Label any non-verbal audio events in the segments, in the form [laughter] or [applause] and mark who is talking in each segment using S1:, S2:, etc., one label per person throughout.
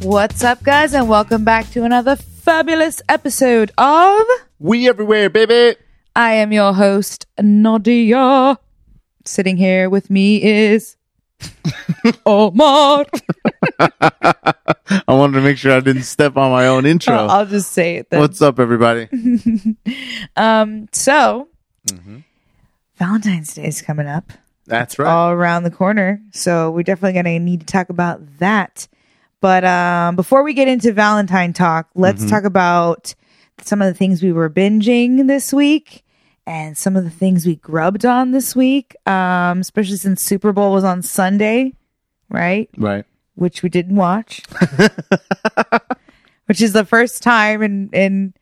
S1: What's up, guys, and welcome back to another fabulous episode of.
S2: We everywhere, baby.
S1: I am your host, Nadia. Sitting here with me is Omar.
S2: I wanted to make sure I didn't step on my own intro.
S1: I'll I'll just say it then.
S2: What's up, everybody?
S1: Um, so, Valentine's Day is coming up.
S2: That's right.
S1: all around the corner. So we're definitely going to need to talk about that. But um, before we get into Valentine talk, let's
S2: Mm-hmm.
S1: talk about some of the things we were binging this week and some of the things we grubbed on this week, um, especially since Super Bowl was on Sunday, right?
S2: right.
S1: Which we didn't watch, [laughs] which is the first time in, in,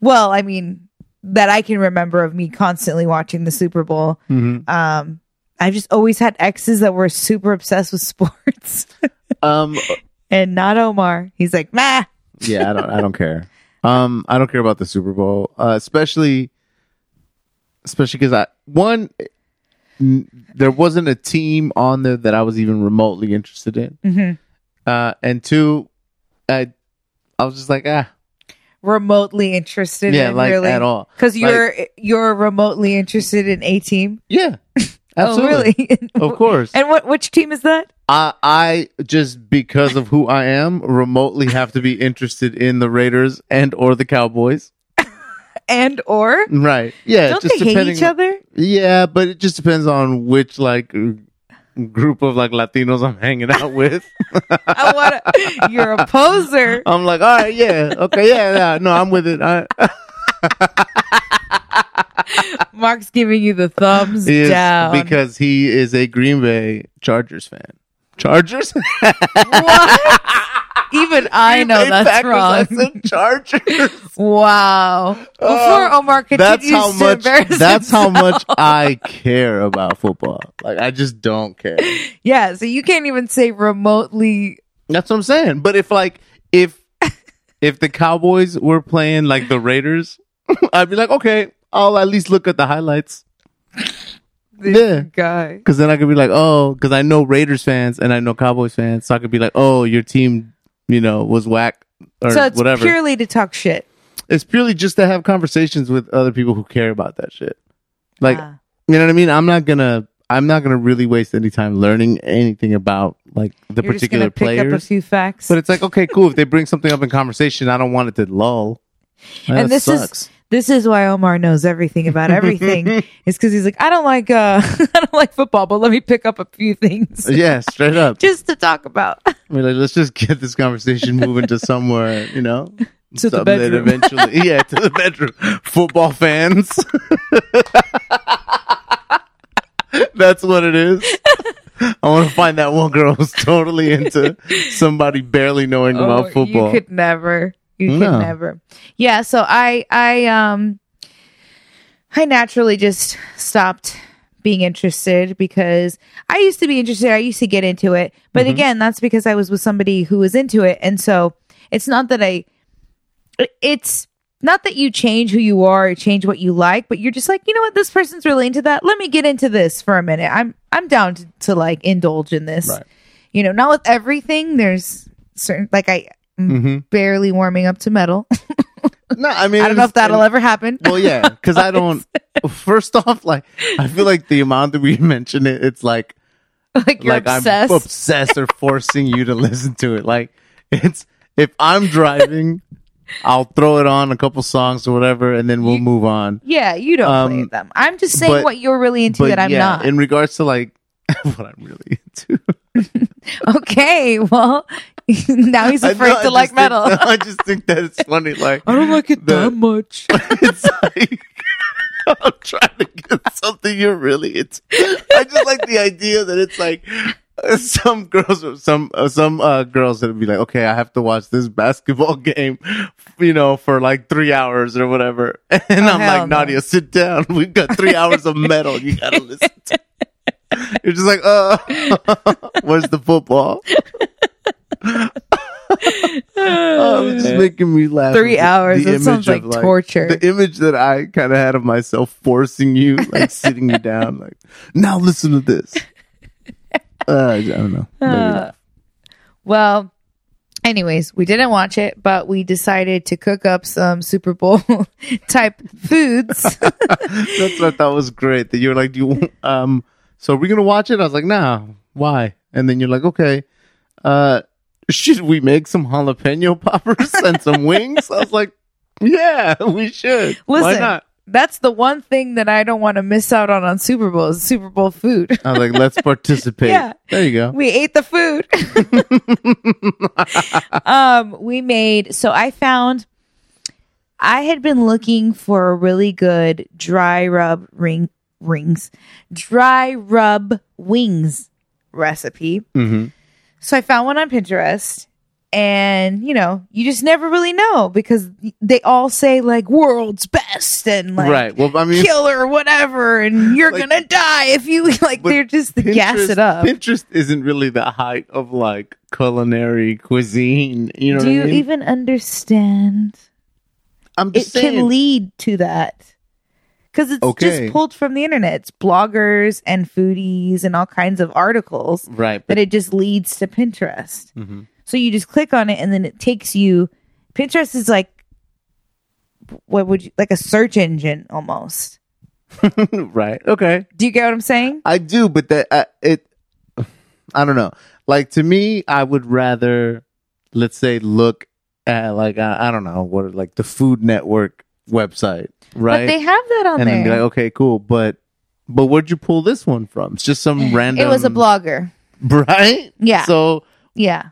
S1: well, I mean, that I can remember of me constantly watching the Super Bowl.
S2: Mm-hmm.
S1: Um, I've just always had exes that were super obsessed with [laughs] sports,
S2: Um.
S1: and not Omar. He's like, nah.
S2: Yeah. I don't. I don't care. Um. I don't care about the Super Bowl, uh, especially, especially because I one, n- there wasn't a team on there that I was even remotely interested in,
S1: Mhm.
S2: uh, and two, I, I was just like, ah,
S1: Remotely interested,
S2: yeah,
S1: in,
S2: like
S1: really
S2: at all.
S1: because
S2: Like-
S1: you're you're remotely interested in a team.
S2: Yeah. Absolutely.
S1: Oh, really?
S2: Of course.
S1: [laughs] and what which team is that?
S2: I, I just because of who I am, remotely have to be interested in the Raiders and or the Cowboys.
S1: And or
S2: Right? Yeah.
S1: don't
S2: just
S1: they hate
S2: depending-
S1: each other?
S2: Yeah, but it just depends on which like g- group of like Latinos I'm hanging out with.
S1: I want to. You're a poser.
S2: I'm like, all right, yeah, okay, yeah, yeah, no, I'm with it. I,
S1: Mark's giving you the thumbs
S2: is
S1: down.
S2: because he is a Green Bay Chargers fan.
S1: [laughs]
S2: Chargers?
S1: what? Even
S2: [laughs]
S1: I know
S2: In
S1: that's
S2: fact, I
S1: wrong.
S2: said Chargers.
S1: Wow. Before Omar
S2: Um, that's
S1: continues
S2: how
S1: to
S2: much
S1: embarrass
S2: that's how
S1: himself.
S2: much I care about football. Like I just don't care.
S1: Yeah, so you can't even say remotely.
S2: That's what I'm saying. But if like if
S1: [laughs]
S2: if the Cowboys were playing like the Raiders, I'd be like, okay, I'll at least look at the highlights.
S1: This
S2: Yeah.
S1: guy.
S2: Cause then I could be like, oh, because I know Raiders fans and I know Cowboys fans, so I could be like, oh, your team, you know, was whack or
S1: So it's
S2: whatever.
S1: purely to talk shit.
S2: it's purely just to have conversations with other people who care about that shit. Like,
S1: Ah.
S2: you know what I mean? I'm not gonna, I'm not gonna really waste any time learning anything about like the
S1: You're just
S2: particular
S1: gonna pick up a
S2: players.
S1: few facts.
S2: But it's like, okay, cool. if they bring something up in conversation, I don't want it to lull. That
S1: and this
S2: sucks.
S1: is this is why Omar knows everything about everything.
S2: [laughs]
S1: it's because he's like, I don't like uh, [laughs] I don't like football, but let me pick up a few things
S2: yeah, straight up.
S1: [laughs] just to talk about.
S2: We're like, let's just get this conversation moving to somewhere, you know,
S1: [laughs] To the
S2: something that
S1: bedroom.
S2: eventually, [laughs] yeah, to the bedroom. Football fans. [laughs] That's what it is. I want to find that one girl who's totally into somebody barely knowing
S1: Oh,
S2: about football.
S1: [laughs] You could never. You could
S2: No.
S1: never. Yeah. So I, I, um, I naturally just stopped being interested because I used to be interested. I used to get into it, but
S2: Mm-hmm.
S1: again, that's because I was with somebody who was into it, and so it's not that I. It's not that you change who you are or change what you like, but you're just like, you know what, this person's really into that. Let me get into this for a minute. I'm I'm down to, to like indulge in this
S2: Right.
S1: you know, not with everything. There's certain like I
S2: Mhm.
S1: barely warming up to metal. [laughs]
S2: No, I mean,
S1: I don't know
S2: it's-
S1: if that'll ever happen. [laughs]
S2: Well, yeah, because I don't. First off, like I feel like the amount that we [laughs] mention it, it's like
S1: like you're
S2: like
S1: obsessed.
S2: I'm obsessed
S1: [laughs]
S2: or forcing you to listen to it. Like it's if I'm driving,
S1: [laughs]
S2: I'll throw it on a couple songs or whatever, and then we'll move on.
S1: yeah, you don't
S2: Um,
S1: play with them. I'm just saying
S2: but-
S1: what you're really into
S2: But
S1: that I'm
S2: yeah,
S1: not.
S2: in regards to like [laughs] what I'm really into,
S1: [laughs] okay, well [laughs] now he's
S2: I
S1: afraid
S2: know, I
S1: to like
S2: just think-
S1: metal.
S2: [laughs] I just think that it's funny. Like
S1: I don't like it
S2: The-
S1: that much.
S2: it's like [laughs] I'm trying to get something you're really into. I just like the idea that it's like uh, some girls, some uh, some uh, girls that would be like, okay, I have to watch this basketball [laughs] game, you know, for like three hours or whatever, [laughs] and I'm
S1: Oh, hell
S2: like,
S1: no.
S2: Nadia, sit down. [laughs] We've got three hours of metal. You gotta listen. to You're just like, uh, [laughs] where's the football? [laughs]
S1: [laughs]
S2: Oh, it's just making me laugh.
S1: Um, Three
S2: The-
S1: hours.
S2: the
S1: That sounds
S2: image
S1: like,
S2: of,
S1: torture.
S2: The image that I kind of had of myself forcing you,
S1: [laughs]
S2: like sitting you down, like now listen to this. Uh, I don't know. Maybe
S1: Uh,
S2: not.
S1: well, Anyways, we didn't watch it, but we decided to cook up some Super Bowl [laughs] type
S2: [laughs]
S1: foods.
S2: That's what I thought was great. That you were like, do you, um, so we're gonna watch it. I was like, nah, why? And then you're like, okay, uh, should we make some jalapeno
S1: [laughs]
S2: poppers and some wings? I was like, yeah, we should. why
S1: Listen.
S2: not?
S1: That's the one thing that I don't want to miss out on on Super Bowl is Super Bowl food. [laughs]
S2: I was like, let's participate.
S1: Yeah.
S2: There you go.
S1: we ate the food. [laughs] um, we made so I found I had been looking for a really good dry rub ring rings, dry rub wings recipe.
S2: hmm
S1: So I found one on Pinterest. And you know, you just never really know because they all say like world's best and like
S2: right. Well, I mean,
S1: killer whatever and you're
S2: Like-
S1: gonna die if you [laughs] like
S2: But
S1: they're just the gas it up
S2: Pinterest isn't really the height of like culinary cuisine. You know
S1: do
S2: what
S1: you
S2: I mean?
S1: even understand
S2: I'm
S1: it
S2: just saying.
S1: can lead to that because it's
S2: Okay.
S1: just pulled from the internet it's bloggers and foodies and all kinds of articles
S2: right.
S1: that it just leads to pinterest
S2: Mhm.
S1: so you just click on it and then it takes you pinterest is like what would you like a search engine almost
S2: [laughs] right. Okay.
S1: do you get what i'm saying
S2: I do, but that uh, it, [sighs] I don't know. Like to me, I would rather, let's say, look at like I, I don't know what like the Food Network website,
S1: but
S2: right?
S1: they have that on
S2: and
S1: there
S2: then be like, okay, cool, but but where'd you pull this one from? It's just some random.
S1: it was a blogger
S2: [laughs] right?
S1: Yeah.
S2: So
S1: Yeah.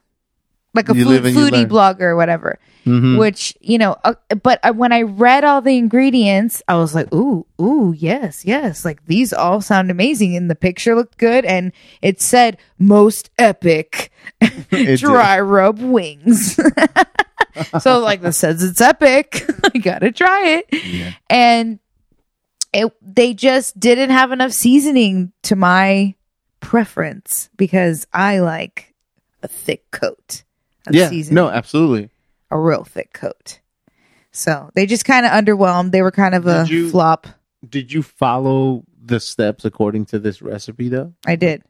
S1: Like a
S2: You
S1: food,
S2: live and you
S1: foodie
S2: learn.
S1: blogger or whatever,
S2: mhm.
S1: which, you know, uh, but uh, when I read all the ingredients, I was like, ooh, ooh, yes, yes. Like these all sound amazing. And the picture looked good. And it said, most epic
S2: [laughs] It
S1: dry rub wings. [laughs] so, like, this says it's epic. [laughs] I got to try it.
S2: did. Yeah.
S1: And it, they just didn't have enough seasoning to my preference because I like a thick coat of
S2: Yeah,
S1: seasoning,
S2: no, absolutely.
S1: a real thick coat. So they just kind of underwhelmed. They were kind of a
S2: Did you-
S1: flop.
S2: Did you follow the steps according to this recipe though?
S1: I did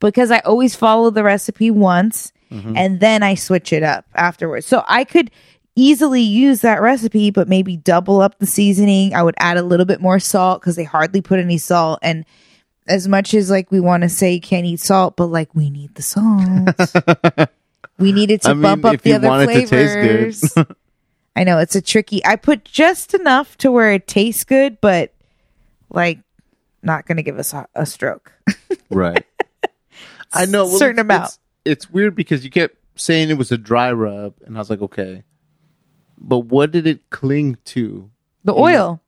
S1: because I always follow the recipe once
S2: Mhm.
S1: and then I switch it up afterwards. So I could easily use that recipe, but maybe double up the seasoning. I would add a little bit more salt because they hardly put any salt. And as much as like we want to say you can't eat salt, but like we need the salt.
S2: [laughs]
S1: we needed to
S2: I mean,
S1: bump up
S2: if
S1: the
S2: you
S1: other
S2: want it to
S1: flavors.
S2: taste [laughs]
S1: I know it's a tricky. I put just enough to where it tastes good, but like not going to give us a, a stroke.
S2: Right. [laughs] I know well,
S1: Certain
S2: it's-
S1: amount.
S2: It's, it's weird because you kept saying it was a dry rub, and I was like, okay, but what did it cling to?
S1: The oil,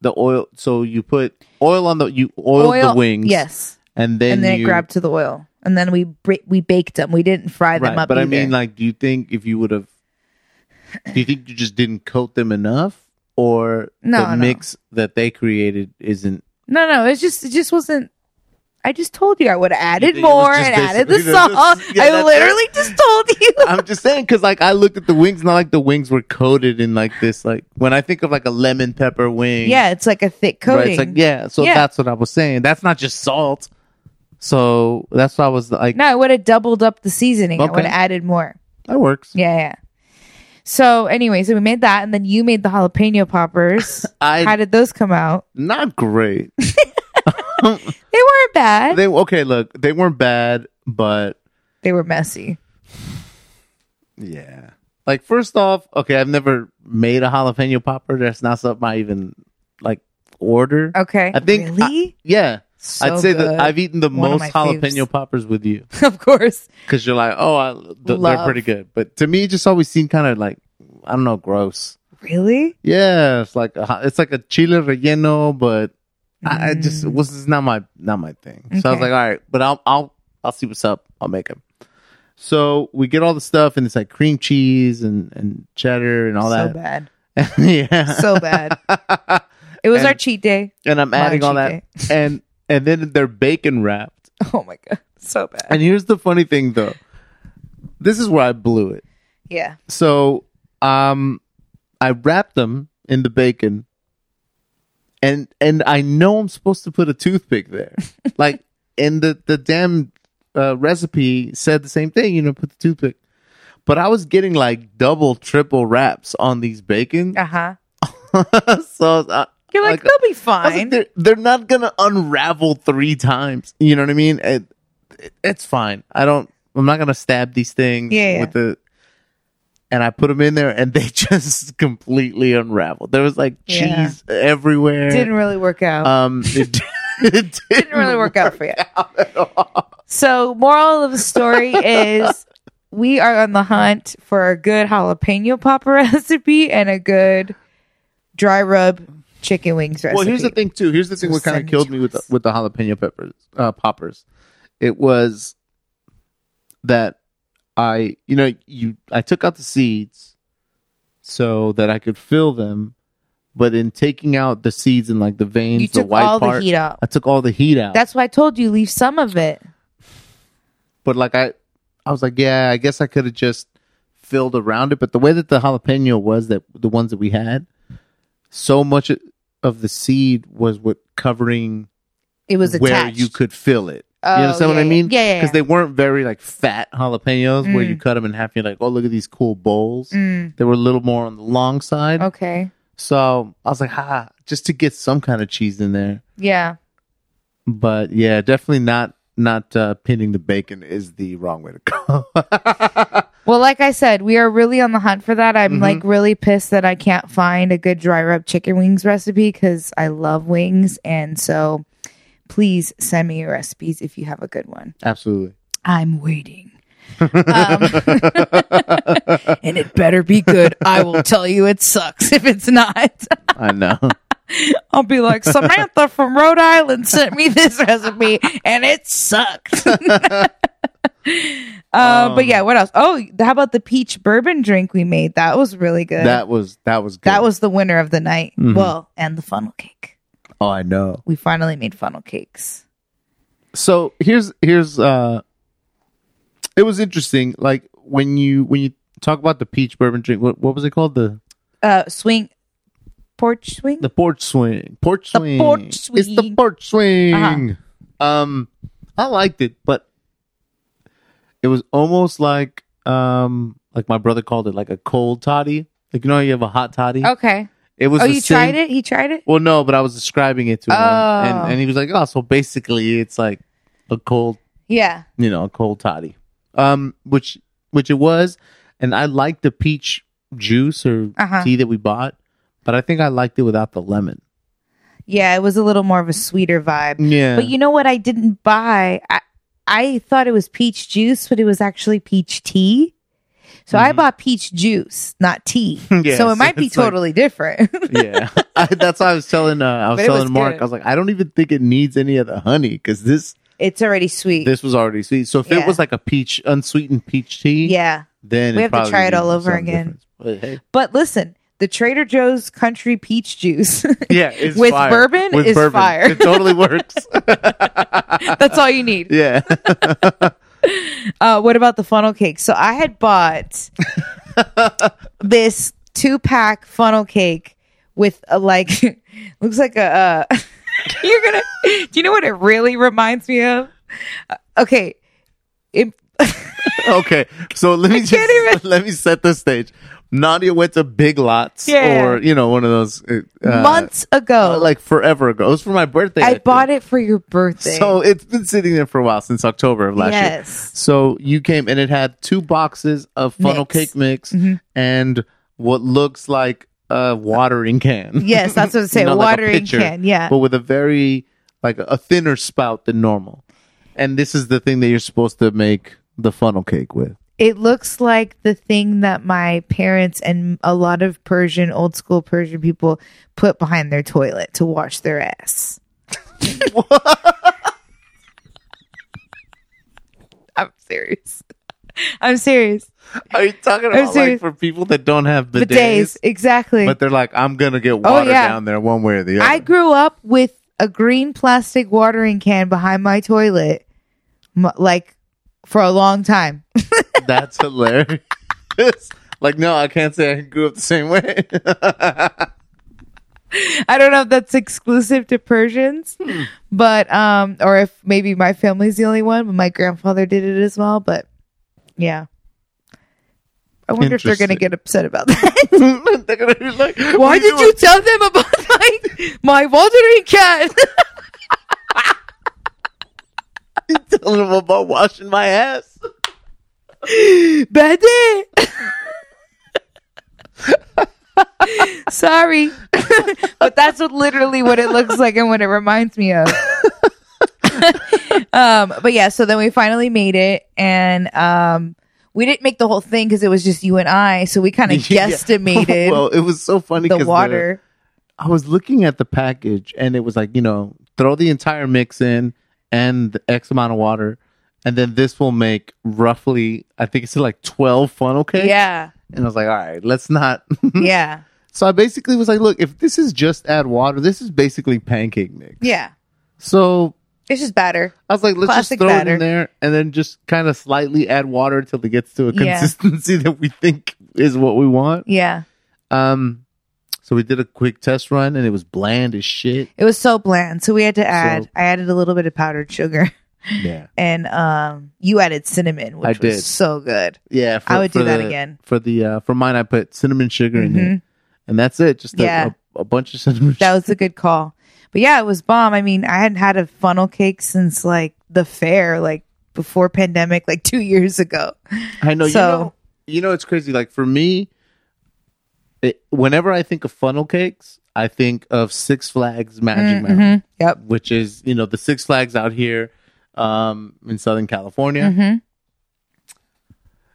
S2: The oil. So you put oil on the you oiled
S1: oil
S2: the wings,
S1: Yes.
S2: and then
S1: and then
S2: you,
S1: it grabbed to the oil, and then we bra- we baked them. We didn't fry them
S2: right.
S1: up.
S2: But I
S1: either.
S2: mean, like, do you think if you would have, do you think you just didn't coat them enough, or
S1: No,
S2: the
S1: no.
S2: mix that they created isn't?
S1: no, no, it's just it just wasn't. I just told you I would have added
S2: It was
S1: more
S2: just
S1: and added the
S2: basically [laughs] the-
S1: salt.
S2: yeah,
S1: I
S2: that's
S1: literally just told
S2: [laughs]
S1: you.
S2: I'm just saying because like I looked at the wings, not like the wings were coated in like this. Like when I think of like a lemon pepper wing,
S1: yeah, it's like a thick coating.
S2: Right, it's like yeah, so
S1: Yeah.
S2: that's what I was saying. That's not just salt. So that's why I was like,
S1: No, I would have doubled up the seasoning. I
S2: Okay.
S1: would have added more.
S2: that works.
S1: Yeah, yeah. So anyway, so we made that, and then you made the jalapeno
S2: [laughs]
S1: poppers.
S2: I
S1: How did those come out? [laughs]
S2: not great.
S1: They weren't bad. They,
S2: they okay. Look, they weren't bad, but
S1: were messy.
S2: yeah. Like first off, okay, I've never made a jalapeno popper. That's not something I even like order.
S1: Okay.
S2: I think I-
S1: really.
S2: yeah,
S1: Oh, So
S2: I'd say that
S1: good.
S2: I've eaten the
S1: One of
S2: most
S1: my
S2: jalapeno
S1: faves.
S2: poppers with you
S1: [laughs] of course.
S2: because you're like, oh, I, th- they're
S1: Love.
S2: pretty good. But to me, it just always seemed kind of like I don't know, gross.
S1: Really?
S2: Yeah, it's like a, it's like a chile relleno, but I, I just it was just not my not my thing. So I was
S1: Okay.
S2: like, all right, but I'll I'll I'll see what's up. I'll make them. So we get all the stuff, and it's like cream cheese and and cheddar and all
S1: So
S2: that.
S1: bad.
S2: [laughs] yeah,
S1: so eh? bad. It was
S2: And-
S1: our cheat day.
S2: [laughs]
S1: [laughs]
S2: and I'm
S1: My
S2: adding all that,
S1: cheat
S2: and and then they're bacon wrapped.
S1: Oh my god, so bad.
S2: And here's the funny thing, though. This is where I blew it.
S1: Yeah.
S2: So, um, I wrap them in the bacon, and and I know I'm supposed to put a toothpick there, like, and the the damn uh, recipe said the same thing. You know, put the toothpick, but I was getting like double, triple wraps on these bacon. [laughs]
S1: Uh huh.
S2: so uh, I,
S1: You're like,
S2: Like,
S1: they'll be
S2: I was like,
S1: fine.
S2: they're, they're not gonna unravel three times. You know what I mean? It, it- it's fine. I don't. I'm not gonna stab these things
S1: Yeah, yeah.
S2: with the. And I put them in there, and they [laughs] just completely unraveled. There was like
S1: Yeah.
S2: cheese everywhere.
S1: Didn't really work out.
S2: um, it, [laughs] it didn't,
S1: Didn't really work out
S2: [laughs]
S1: for you.
S2: out at all.
S1: So, moral of the
S2: [laughs]
S1: story is we are on the hunt for a good jalapeno popper [laughs] recipe and a good dry rub chicken wings recipe.
S2: Well, here's the thing too. Here's the thing.
S1: So
S2: What kind
S1: send
S2: of
S1: it
S2: killed
S1: to
S2: me with the,
S1: us.
S2: with the jalapeno peppers uh, poppers, it was that I you know you I took out the seeds so that I could fill them, but in taking out the seeds and like the veins,
S1: You
S2: the
S1: took
S2: white
S1: all
S2: part,
S1: the heat out.
S2: I took all the heat out.
S1: That's why I told you leave some of it.
S2: but like I I was like, yeah, I guess I could have just filled around it. But the way that the jalapeno was that the ones that we had, so much of the seed was what covering
S1: It was
S2: where
S1: attached.
S2: you could feel it.
S1: Oh,
S2: you understand
S1: yeah,
S2: what I
S1: yeah.
S2: mean?
S1: Yeah, yeah,
S2: Because
S1: yeah.
S2: they weren't very like fat jalapenos where you cut them in half. And you're like, oh, look at these cool bowls.
S1: Mm, Oh.
S2: They were a little more on the long side.
S1: okay.
S2: So I was like, ha, just to get some kind of cheese in there.
S1: Yeah.
S2: But yeah, definitely not not uh, pinning the bacon is the wrong way to go. [laughs]
S1: Well, like I said, we are really on the hunt for that. I'm like really pissed that I can't find a good dry rub chicken wings recipe because I love wings. And so please send me your recipes if you have a good one.
S2: Absolutely.
S1: I'm waiting. um, [laughs] and it better be good. I will tell you it sucks if it's not. [laughs]
S2: I know.
S1: I'll be like, Samantha from Rhode Island sent me this recipe and it sucked. [laughs] Uh,
S2: Um,
S1: but yeah, what else? Oh, how about the peach bourbon drink we made? That was really good. That,
S2: that was that was good.
S1: was the winner of the night.
S2: Mhm.
S1: Well, and the funnel cake.
S2: Oh, I know.
S1: We finally made funnel cakes.
S2: so here's here's uh it was interesting like when you when you talk about the peach bourbon drink what, what was it called the
S1: Uh, swing, porch swing.
S2: the porch swing porch
S1: The
S2: swing
S1: porch
S2: it's the
S1: swing. Uh-huh.
S2: porch swing um i liked it but it was almost like um like my brother called it like a cold toddy like you know how you have a hot toddy
S1: okay.
S2: it was
S1: Oh,
S2: the
S1: you
S2: same-
S1: tried it? He tried it?
S2: well no but i was describing it to him
S1: Oh.
S2: and, and he was like oh so basically it's like a cold
S1: Yeah.
S2: you know, a cold toddy. Um, which which it was, and I liked the peach juice or
S1: Uh-huh.
S2: tea that we bought, but I think I liked it without the lemon.
S1: Yeah, it was a little more of a sweeter vibe.
S2: Yeah,
S1: But you know what I didn't buy? I I thought it was peach juice, but it was actually peach tea. So I bought peach juice, not
S2: [laughs]
S1: tea.
S2: Yeah,
S1: so it
S2: so
S1: might be
S2: Mm-hmm. it's like-
S1: totally different. [laughs]
S2: yeah, I, that's why I was telling uh, I was
S1: But it
S2: telling
S1: was
S2: Mark.
S1: good.
S2: I was like, I don't even think it needs any of the honey because this
S1: it's already sweet.
S2: this was already sweet. So if
S1: Yeah.
S2: it was like a peach unsweetened peach tea,
S1: yeah.
S2: then
S1: We have
S2: it
S1: to
S2: probably
S1: try it all
S2: needs
S1: over
S2: some
S1: again.
S2: difference. But hey,
S1: But listen, the Trader Joe's country peach juice. [laughs]
S2: yeah, it's
S1: With
S2: fire.
S1: bourbon
S2: With
S1: is
S2: bourbon.
S1: fire.
S2: It
S1: [laughs]
S2: totally works.
S1: That's all you need.
S2: yeah,
S1: Uh, what about the funnel cake? So I had
S2: [laughs]
S1: bought this two pack funnel cake with a like [laughs] looks like a uh, [laughs] you're gonna do you know what it really reminds me of? Uh, okay. It, [laughs]
S2: Uh, okay, so let me just
S1: can't
S2: [laughs] let me set the stage. Nadia went to Big Lots,
S1: Yeah.
S2: or you know, one of those uh,
S1: months ago,
S2: uh, like forever ago. It was for my birthday.
S1: I bought it for your birthday.
S2: so it's been sitting there for a while since October of last year.
S1: yes.
S2: So you came and it had two boxes of funnel
S1: Mix.
S2: cake mix
S1: Mhm.
S2: and what looks like a watering can.
S1: Yes, that's what I say.
S2: [laughs] You know, like a
S1: watering
S2: pitcher,
S1: can, yeah.
S2: but with a very like a thinner spout than normal. And this is the thing that you're supposed to make the funnel cake with.
S1: It looks like the thing that my parents and a lot of Persian, old school Persian people put behind their toilet to wash their ass. [laughs] I'm serious. I'm serious.
S2: [laughs] Are you talking about
S1: serious.
S2: like for people that don't have bidets,
S1: But days, exactly.
S2: but they're like, I'm gonna get water
S1: Oh, yeah.
S2: down there one way or the other.
S1: I grew up with a green plastic watering can behind my toilet, m- like for a long time. [laughs]
S2: That's hilarious. [laughs] like, no, I can't say I grew up the same way. [laughs]
S1: I don't know if that's exclusive to Persians,
S2: Hmm.
S1: but um, or if maybe my family's the only one, but my grandfather did it as well. But yeah, I wonder if they're going to
S2: Interesting.
S1: get upset about that.
S2: They're gonna be like,
S1: [laughs]
S2: "What
S1: Why
S2: are
S1: did you
S2: doing?"
S1: tell them about my my watering can?
S2: [laughs] tell them about washing my ass?
S1: Bad day. [laughs] Sorry, [laughs] but that's what literally what it looks like and what it reminds me of. [laughs] um, but yeah, so then we finally made it, and um, we didn't make the whole thing because it was just you and I, so we kind of
S2: [laughs] Yeah.
S1: guesstimated
S2: [laughs] well, it was so funny
S1: the
S2: 'cause
S1: water.
S2: I was looking at the package and it was like, you know, throw the entire mix in and the X amount of water. And then this will make roughly, I think it's like 12 funnel cakes.
S1: Yeah,
S2: And I was like, all right, let's not. [laughs]
S1: yeah,
S2: so I basically was like, look, if this is just add water, this is basically pancake mix.
S1: yeah.
S2: So
S1: It's just batter.
S2: I was like, let's
S1: Classic
S2: just throw it
S1: batter.
S2: in there and then just kind of slightly add water until it gets to a
S1: Yeah.
S2: consistency [laughs] that we think is what we want.
S1: Yeah,
S2: Um, so we did a quick test run and it was bland
S1: [gasps]
S2: as shit.
S1: it was so bland, so we had to add.
S2: So-
S1: I added a little bit of powdered sugar,
S2: Yeah.
S1: and um, you added cinnamon, which
S2: I did.
S1: was so good.
S2: Yeah, for,
S1: I would
S2: for
S1: do that
S2: the-
S1: again. Mm-hmm.
S2: for the uh, for mine. I put cinnamon sugar in it, and that's it. Just a,
S1: Yeah.
S2: a, a bunch of cinnamon.
S1: That was a good call. But yeah, it was bomb. I mean, I hadn't had a funnel cake since like the fair, like before pandemic, like two years ago.
S2: sugar. I know.
S1: so-
S2: you know, you know, it's crazy. Like for me, it, whenever I think of funnel cakes, I think of Six Flags Magic Mountain,
S1: Mhm. Yep.
S2: which is you know the Six Flags out here um, in Southern California.
S1: Mhm.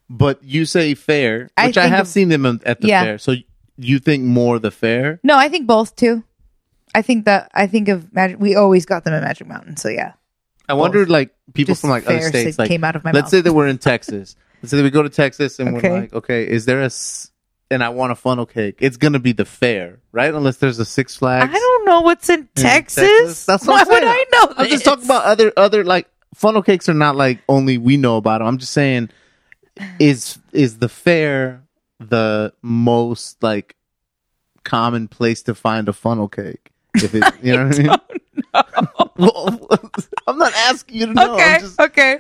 S2: But you say fair,
S1: I
S2: which I,
S1: think
S2: have
S1: of-
S2: seen them in- at the
S1: Yeah.
S2: fair. So you think more the fair?
S1: No, I think both too. I think that I think of magic. We always got them at Magic Mountain, so yeah.
S2: I wonder, like people
S1: Just
S2: from like other
S1: fair
S2: states,
S1: said-
S2: like
S1: came out of my
S2: let's
S1: mouth.
S2: say that we're in
S1: [laughs]
S2: Texas. let's say that we go to Texas and
S1: Okay.
S2: we're like, okay, is there a s- and I want a funnel cake? It's gonna be the fair, right? Unless there's a Six
S1: I
S2: Flags.
S1: don't know what's in
S2: in
S1: Texas.
S2: That's
S1: Why
S2: what
S1: would I
S2: saying.
S1: know?
S2: I'm
S1: this?
S2: just talking [laughs] about other other like funnel cakes are not like only we know about them. I'm just saying, is is the fair the most like common place to find a funnel cake? If it, you know what I
S1: [laughs]
S2: mean? well, [laughs] I'm not asking you to know. I'm
S1: okay,
S2: just-
S1: okay.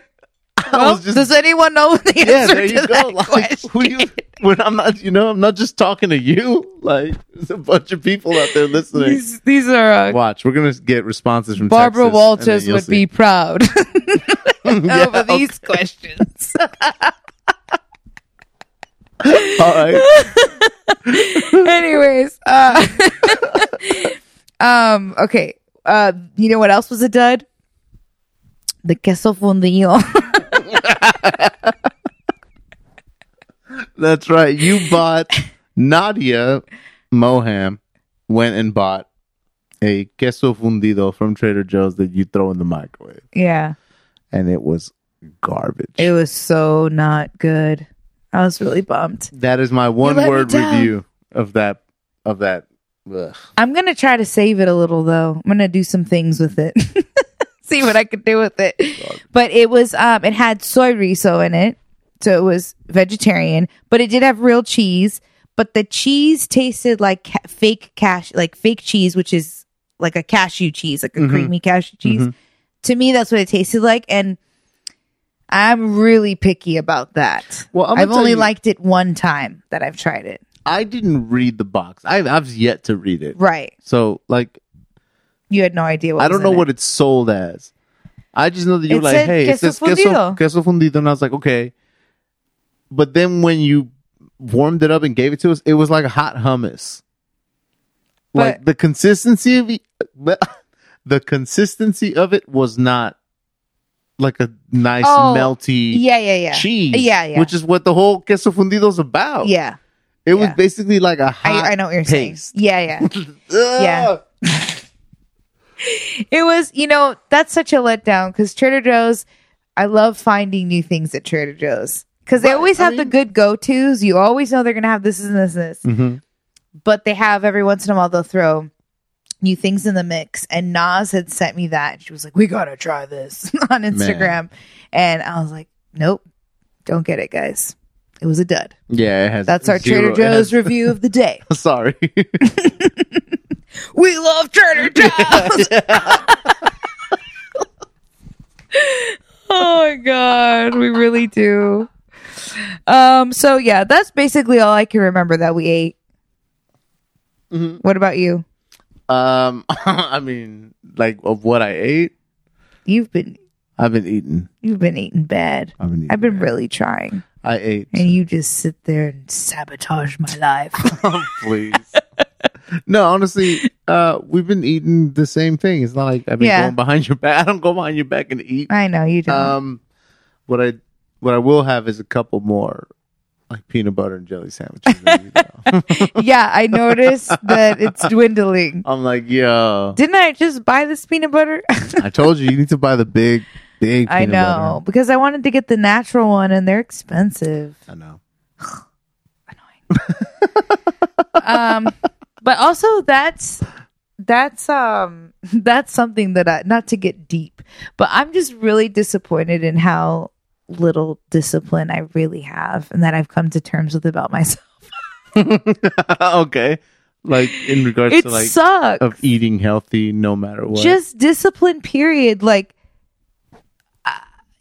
S2: I
S1: Well,
S2: was just-
S1: does anyone know the [laughs] answer
S2: yeah, there
S1: to
S2: you
S1: that
S2: go. [laughs] Like,
S1: question?
S2: who you? [laughs] When I'm not, you know, I'm not just talking to you. [laughs] Like, there's a bunch of people out there listening.
S1: These, these are uh,
S2: Watch, we're gonna get responses from
S1: Barbara
S2: Texas, and
S1: Walters
S2: then you'll
S1: would
S2: see.
S1: be proud [laughs]
S2: [laughs] Yeah,
S1: over these questions.
S2: okay. All
S1: [laughs]
S2: right.
S1: Anyways, uh, [laughs] um, okay. Uh, you know what else was a dud? The queso [laughs] fundido.
S2: That's right. You bought Nadia Moham went and bought a queso fundido from Trader Joe's that you throw in the microwave,
S1: yeah,
S2: and it was garbage.
S1: it was so not good. I was really bummed.
S2: that is my one
S1: let me
S2: word
S1: down.
S2: review of that. Of that. Ugh.
S1: I'm gonna try to save it a little though. I'm gonna do some things with it. [laughs] See what I could do with it. But it was um it had soy riso in it. So it was vegetarian, but it did have real cheese, but the cheese tasted like ca- fake cash like fake cheese which is like a cashew cheese, like a
S2: Mhm.
S1: creamy cashew cheese.
S2: Mm-hmm.
S1: To me that's what it tasted like and I'm really picky about that.
S2: Well, I'm gonna
S1: I've
S2: tell
S1: only
S2: you-
S1: liked it one time that I've tried it.
S2: I didn't read the box. I've, I've yet to read it.
S1: Right.
S2: So, like,
S1: You had no idea what
S2: I
S1: was
S2: don't
S1: in
S2: know
S1: it.
S2: what it's sold as. I just know that you
S1: It
S2: were like,
S1: said
S2: hey, it
S1: queso
S2: says queso,
S1: fundido.
S2: queso fundido. And I was like, okay. But then when you warmed it up and gave it to us, it was like hot hummus. like
S1: But-
S2: the consistency of it, [laughs] the consistency of it was not like a nice
S1: Oh,
S2: melty
S1: Yeah, yeah, yeah.
S2: cheese.
S1: Yeah, yeah.
S2: Which is what the whole queso fundido is about.
S1: yeah.
S2: It was
S1: yeah.
S2: basically like a hot
S1: I, I know what you're
S2: paste.
S1: saying. Yeah, yeah.
S2: [laughs] Ugh.
S1: it was, you know, that's such a letdown because Trader Joe's, I love finding new things at Trader Joe's because they
S2: Right,
S1: always
S2: I
S1: have the
S2: mean-
S1: good go tos. You always know they're going to have this and this and this,
S2: Mhm.
S1: but they have every once in a while they'll throw new things in the mix. And Nas had sent me that. She was like, we got to try this [laughs] on Instagram. And I was like, nope, don't get it, guys. It was a dud.
S2: Yeah, it has.
S1: That's our
S2: zero-
S1: Trader
S2: it has-
S1: Joe's review of the day.
S2: [laughs] Sorry. [laughs]
S1: We love [laughs] Trader Joe's. oh my god, we really do. Um, so yeah, that's basically all I can remember that we ate. What about you?
S2: Um, [laughs] I mean, like of what I ate,
S1: You've been
S2: I've been eating.
S1: you've been eating bad.
S2: I've been eating.
S1: I've been really trying,
S2: I ate. [laughs]
S1: and you just sit there and sabotage my life. [laughs]
S2: Oh, Please. no, honestly, uh, we've been eating the same thing. It's not like I've been
S1: Yeah.
S2: going behind your [laughs] back. I don't go behind your back and eat.
S1: I know you don't.
S2: Um, what I what I will have is a couple more like peanut butter and
S1: [laughs]
S2: jelly sandwiches. every now.
S1: yeah, I noticed that it's dwindling.
S2: I'm like, yo,
S1: Didn't I just buy this peanut butter?
S2: I told you you need to buy the big, big. Peanut
S1: I know because I wanted to get the natural one, and they're expensive.
S2: Butter. I know. [laughs]
S1: um but also that's that's um [laughs] that's something that i not to get deep but i'm just really disappointed in how little discipline i really have and that i've come to terms with about myself
S2: [laughs] okay, like in regards
S1: it
S2: to like
S1: sucks
S2: of eating healthy, no matter what.
S1: just discipline period like uh,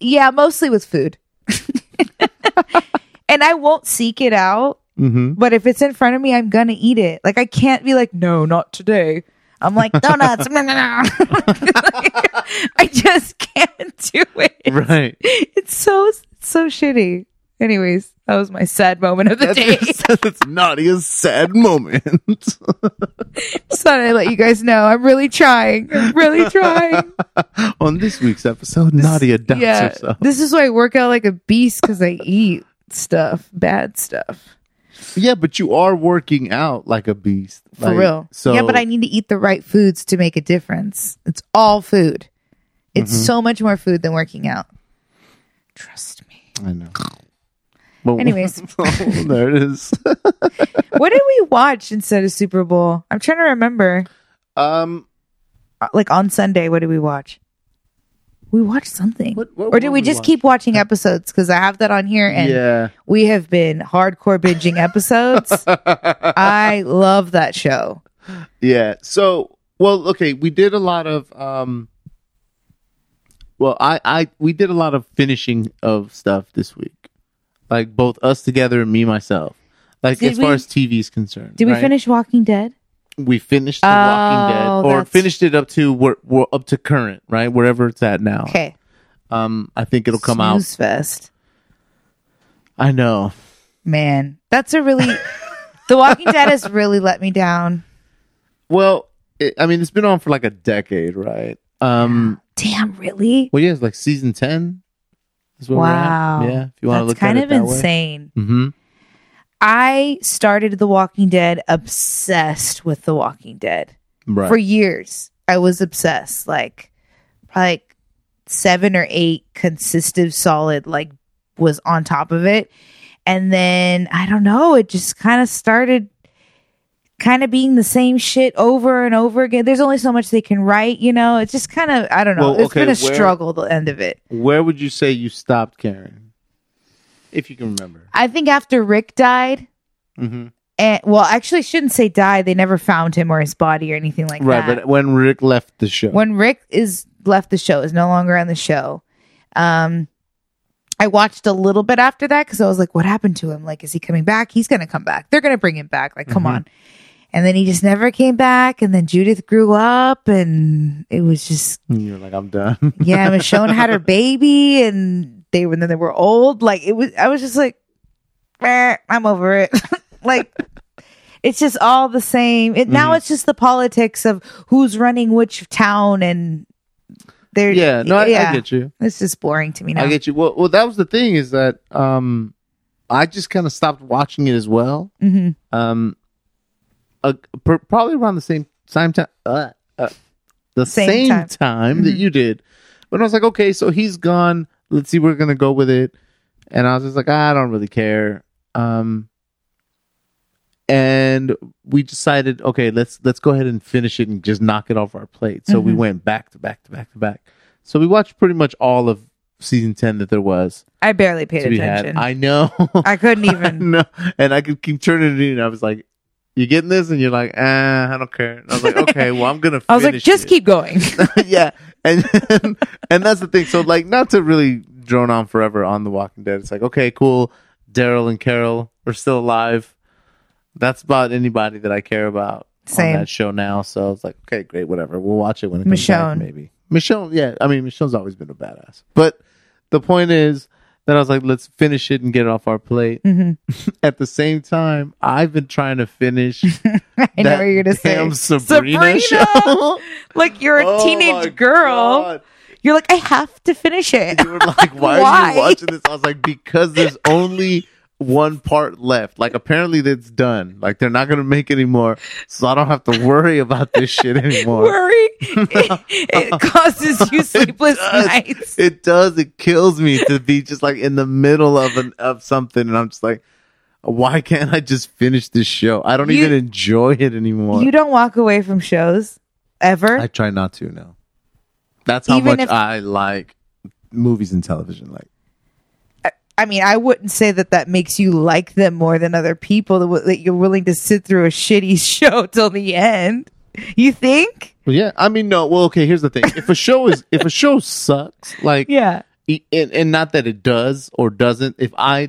S1: yeah mostly with food [laughs] and i won't seek it out [laughs]
S2: hmm
S1: but if it's in front of me i'm gonna eat it like i can't be like no not today i'm like donuts [laughs] no, no, no. Like, [laughs] i just can't do it
S2: right.
S1: it's so so shitty anyways that was my sad moment of the
S2: That's,
S1: day [laughs]
S2: that's naughty, a sad [laughs] moment.
S1: just thought i'd let you guys know i'm really trying i'm really trying
S2: On this week's episode, Nadia doubts
S1: yeah
S2: herself.
S1: this is why i work out like a beast because i eat stuff bad stuff
S2: Yeah, but you are working out like a beast.
S1: for
S2: Like,
S1: real.
S2: So
S1: yeah, but I need to eat the right foods to make a difference. It's all food. It's so much more food than working out. Trust me.
S2: I know. But [laughs] oh,
S1: Anyways.
S2: there it is.
S1: [laughs]
S2: [laughs]
S1: what did we watch instead of Super Bowl? I'm trying to remember.
S2: Um,
S1: Uh, Like on Sunday, what did we watch? We watched something.
S2: What- what-
S1: or did
S2: what
S1: we
S2: we
S1: just
S2: watch?
S1: keep watching episodes? Because I have that on here and
S2: yeah.
S1: we have been hardcore binging
S2: [laughs]
S1: episodes. I love that show.
S2: Yeah. So, well, okay, we did a lot of um well, I I we did a lot of finishing of stuff this week. Like both us together and me myself. Like
S1: Did
S2: as far
S1: we-
S2: as TV is concerned.
S1: Did we
S2: right?
S1: finish Walking Dead?
S2: We finished The Walking Dead
S1: Oh,
S2: or
S1: that's-
S2: finished it up to where we're up to current, right? Wherever it's at now.
S1: Okay.
S2: Um I think it'll come out.
S1: Snooze Fest.
S2: I know.
S1: Man, that's a
S2: [laughs]
S1: really The Walking Dead has really let me down.
S2: Well, it, I mean it's been on for like a decade, right? Um
S1: Damn, really?
S2: well, yeah, it's like season 10. Is where
S1: Wow.
S2: We're at. Yeah, if you want to
S1: That's
S2: look
S1: kind
S2: at it
S1: of
S2: that way.
S1: insane.
S2: Mhm.
S1: I started The Walking Dead obsessed with The Walking Dead.
S2: Right.
S1: For years, I was obsessed. Like like 7 or 8 consistent solid like was on top of it. And then I don't know, it just kind of started kind of being the same shit over and over again. There's only so much they can write, you know. It's just kind of I don't know.
S2: Well,
S1: It's
S2: okay,
S1: been a
S2: where-
S1: struggle the end of it.
S2: Where would you say you stopped caring? If you can remember.
S1: I think after Rick died,
S2: Mm-hmm.
S1: and well, actually, I shouldn't say died. They never found him or his body or anything like
S2: Right,
S1: that.
S2: but when Rick left the show.
S1: when Rick is left the show, is no longer on the show. Um, I watched a little bit after that because I was like, "What happened to him? Like, is he coming back? He's gonna come back. They're gonna bring him back. Like, come
S2: Mhm.
S1: on." And then he just never came back. And then Judith grew up, and it was just
S2: You're like,
S1: [laughs]
S2: I'm done.
S1: yeah, Michonne had her baby, and they when then they were old. Like it was, I was just like, "Meh, I'm over it. [laughs] like it's just all the same. It
S2: Mm-hmm.
S1: now it's just the politics of who's running which town, and they're
S2: yeah, no, I, I get you.
S1: It's just boring to me now.
S2: I get you. Well, well, that was the thing is that um, I just kind of stopped watching it as well.
S1: hmm
S2: Um, uh, pr- probably around the same same time, uh, uh, the
S1: Same
S2: same,
S1: time.
S2: time, Mm-hmm. that you did. But I was like, okay, so he's gone. Let's see, we're gonna go with it. And I was just like, "Ah, I don't really care. Um, and we decided, okay, let's let's go ahead and finish it and just knock it off our plate. So we went back to back to back to back. So we watched pretty much all of season ten that there was
S1: I barely paid
S2: to be had.
S1: attention. I,
S2: I know. [laughs]
S1: couldn't
S2: I
S1: even.
S2: know. And I could keep turning it in. I was like, you getting this? And you're like, ah, I don't care. And I was like, okay, well, I'm going to
S1: [laughs] I was like, just keep going. [laughs]
S2: [laughs] yeah. And, and that's the thing. So, like, not to really drone on forever on The Walking Dead. It's like, okay, cool. Daryl and Carol are still alive. That's about anybody that I care about
S1: Same.
S2: on that show now. So I was like, okay, great, whatever. We'll watch it when it comes
S1: Michonne.
S2: back, maybe. Michonne, yeah. I mean, Michonne's always been a badass. But the point is that I was like, let's finish it and get it off our plate.
S1: Mhm.
S2: [laughs] At the same time, I've been trying to
S1: [laughs]
S2: finish
S1: I know
S2: that
S1: what you're gonna
S2: damn
S1: say [laughs]
S2: Sabrina, show.
S1: Like you're a
S2: Oh my
S1: teenage girl.
S2: God.
S1: You're like, I have to finish it.
S2: You were like, why, are
S1: Why?
S2: you watching this? I was like, because there's only one part left. Like, apparently that's done. Like, they're not going to make any more. So I don't have to worry about this shit anymore. [laughs]
S1: Worry. it, it causes you sleepless
S2: does.
S1: nights.
S2: It does. It kills me to be just like in the middle of an of something, and I'm just like, why can't I just finish this show? I don't
S1: You-
S2: even enjoy it anymore.
S1: You don't walk away from shows ever.
S2: I try not to now. That's how
S1: Even
S2: much
S1: if-
S2: I like movies and television. Like,
S1: I mean, I wouldn't say that that makes you like them more than other people that, w- that you're willing to sit through a shitty [laughs] show till the end. You think?
S2: Well, yeah, I mean, no. Well, okay. Here's the thing: if a show is if a show sucks, like,
S1: Yeah.
S2: e- and, and not that it does or doesn't. If I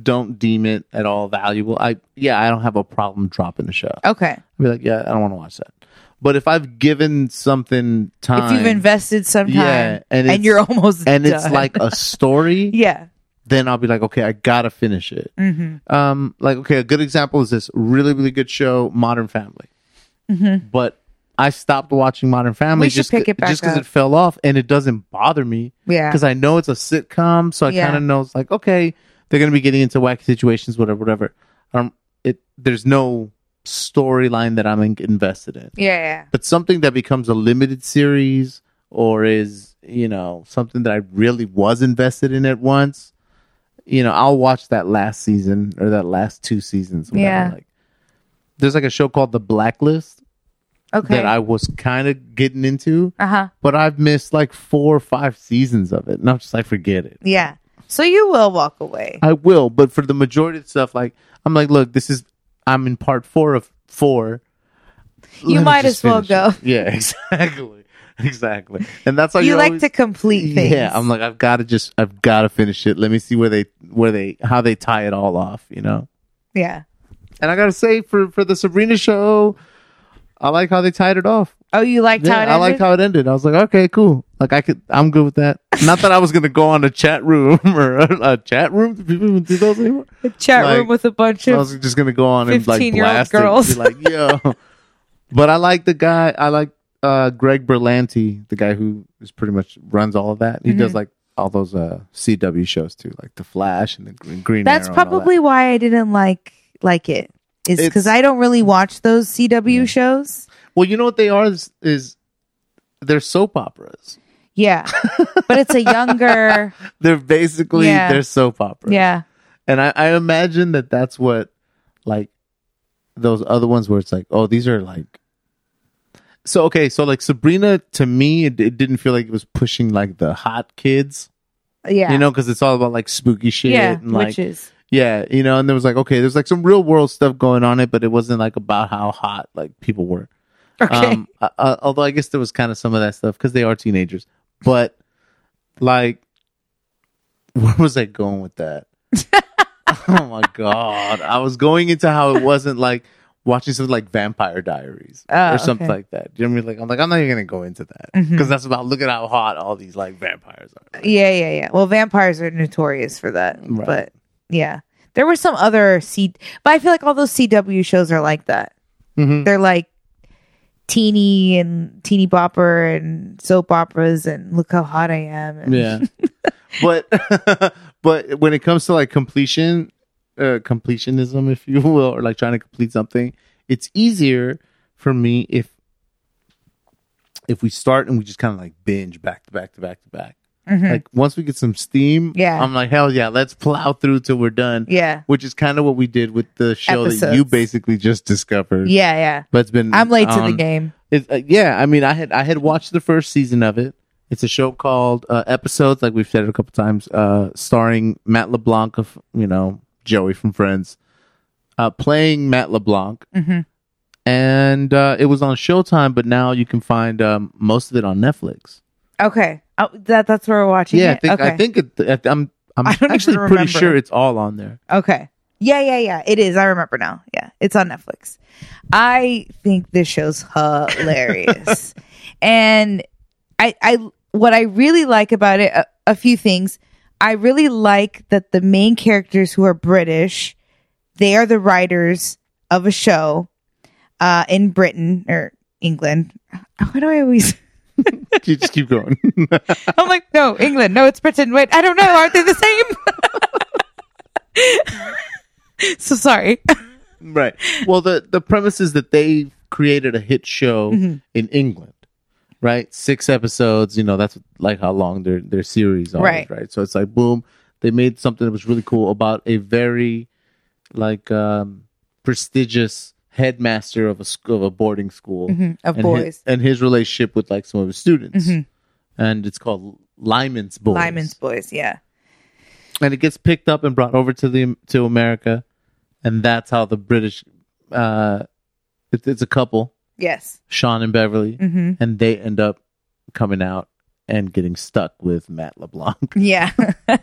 S2: don't deem it at all valuable, I yeah, I don't have a problem dropping the show.
S1: Okay.
S2: I'd be like, yeah, I don't want to watch that. But if I've given something time,
S1: If you've invested some time
S2: Yeah, and
S1: and,
S2: it's-
S1: you're almost
S2: and it's
S1: done.
S2: like a story,
S1: yeah.
S2: then I'll be like, okay, I gotta finish it.
S1: Mm-hmm.
S2: Um, like, okay, a good example is this really, really good show, Modern Family. But I stopped watching Modern Family
S1: Mm-hmm. We should
S2: just
S1: pick
S2: c-
S1: it back
S2: just because
S1: up.
S2: it fell off, and it doesn't bother me
S1: Yeah.
S2: because I know it's a sitcom, so I
S1: Yeah.
S2: kind of know it's like, okay, they're gonna be getting into wacky situations, whatever, whatever. Um, it there's no storyline that I'm in- invested in.
S1: Yeah. Yeah.
S2: but something that becomes a limited series or is you know something that i really was invested in at once you know i'll watch that last season or that last two seasons whatever.
S1: Yeah.
S2: like there's like a show called the blacklist
S1: Okay.
S2: that i was kind of getting into
S1: uh huh.
S2: but i've missed like four or five seasons of it and i'm just like forget it
S1: Yeah. So you will walk away.
S2: i will but for the majority of stuff like i'm like look this is i'm in part four of four
S1: You
S2: Let me
S1: might as
S2: just
S1: well
S2: finish it. [laughs] Yeah, exactly, [laughs] exactly. And that's how
S1: you like
S2: always-
S1: to complete things.
S2: Yeah, I'm like, I've got to just, I've got to finish it. Let me see where they, where they, how they tie it all off, you know.
S1: yeah.
S2: And I gotta say, for for the Sabrina show, I like how they tied it off.
S1: Oh, you liked
S2: Yeah,
S1: how it
S2: I liked
S1: ended?
S2: how it ended. I was like, okay, cool. Like I could, I'm good with that. Not that I was gonna go on a chat room [laughs] or a, a chat room. Do people even do those anymore?
S1: The chat room
S2: like,
S1: with a bunch
S2: I
S1: of
S2: was just gonna go on and like
S1: 15-year-old
S2: blast it,
S1: girls.
S2: be like,
S1: [laughs]
S2: yo. but I like the guy. I like uh, Greg Berlanti, the guy who is pretty much runs all of that. He
S1: Mm-hmm.
S2: does like all those uh, CW shows too, like The Flash and the Green Green.
S1: That's
S2: Arrow and all
S1: probably why I didn't like like it. Is
S2: It's-
S1: because I don't really watch those CW shows.
S2: that. Well, you know what they are is, is they're soap operas.
S1: Yeah,
S2: [laughs]
S1: but it's a younger.
S2: They're basically
S1: Yeah.
S2: they're soap operas.
S1: Yeah,
S2: and I, I imagine that that's what like those other ones where it's like oh these are like so okay so like sabrina to me it, it didn't feel like it was pushing like the hot kids
S1: yeah,
S2: you know because it's all about like spooky shit
S1: yeah,
S2: and like
S1: witches.
S2: yeah you know and there was like okay there's like some real world stuff going on it but it wasn't like about how hot like people were
S1: Okay,
S2: um, uh, uh, although I guess there was kind of some of that stuff because they are teenagers. But like, where was I going
S1: [laughs]
S2: with that? oh my god, I was going into how it wasn't like watching something like Vampire Diaries
S1: Oh,
S2: or something
S1: okay.
S2: like that. Do you know what I mean? Like, I'm like, I'm not even gonna go into that because
S1: Mhm.
S2: that's about look at how hot all these like vampires are.
S1: yeah, yeah, yeah. Well, vampires are notorious for that,
S2: Right.
S1: but yeah, there were some other C. But I feel like all those CW shows are like that.
S2: Mhm.
S1: They're like teeny and teeny bopper and soap operas and look how hot I am. And
S2: Yeah. [laughs] but [laughs] but when it comes to like completion, uh, completionism, if you will, or like trying to complete something, it's easier for me if if we start and we just kind of like binge back to back to back to back.
S1: Mhm.
S2: Like once we get some steam,
S1: Yeah.
S2: I'm like hell yeah, let's plow through till we're done.
S1: [laughs] yeah,
S2: Which is kind of what we did with the show that
S1: Episodes.
S2: you basically just discovered.
S1: yeah, yeah.
S2: But it's been
S1: I'm late to the
S2: on-
S1: game.
S2: it's, uh, yeah, I mean, I had I had watched the first season of it. It's a show called uh, Episodes, like we've said it a couple times, uh, starring Matt LeBlanc of you know Joey from Friends, uh, playing Matt LeBlanc,
S1: Mhm.
S2: and uh, it was on Showtime, but now you can find um, most of it on Netflix.
S1: Okay, oh, that that's where we're watching.
S2: Yeah,
S1: it?
S2: I think
S1: okay.
S2: I think it, I, I'm I'm
S1: I don't
S2: actually
S1: even
S2: pretty
S1: remember.
S2: sure it's all on there. [laughs]
S1: Okay. Yeah, yeah, yeah. It is. I remember now. Yeah. It's on Netflix. I think this show's
S2: [laughs]
S1: hilarious. and I I what I really like about it a, a few things. I really like that the main characters who are British, they are the writers of a show uh in Britain or England. Why do I always
S2: You just keep going.
S1: I'm like, no, England. No, it's Britain. Wait, I don't know. Aren't they the same? [laughs] so sorry.
S2: right. Well, the the premise is that they created a hit show
S1: Mm-hmm.
S2: in England, right? Six episodes. You know, that's like how long their their series are,
S1: Right.
S2: right? So it's like boom, they made something that was really cool about a very like um prestigious headmaster of a school, of a boarding school
S1: Mm-hmm. Of
S2: and
S1: boys. Mm-hmm.
S2: his, and his relationship with like some of his students, and it's called Lyman's Boys.
S1: Lyman's boys, yeah.
S2: and it gets picked up and brought over to the to America, and that's how the British. Uh, it, it's a couple,
S1: Yes.
S2: Sean and Beverly,
S1: Mm-hmm.
S2: and they end up coming out and getting stuck with Matt LeBlanc.
S1: Yeah.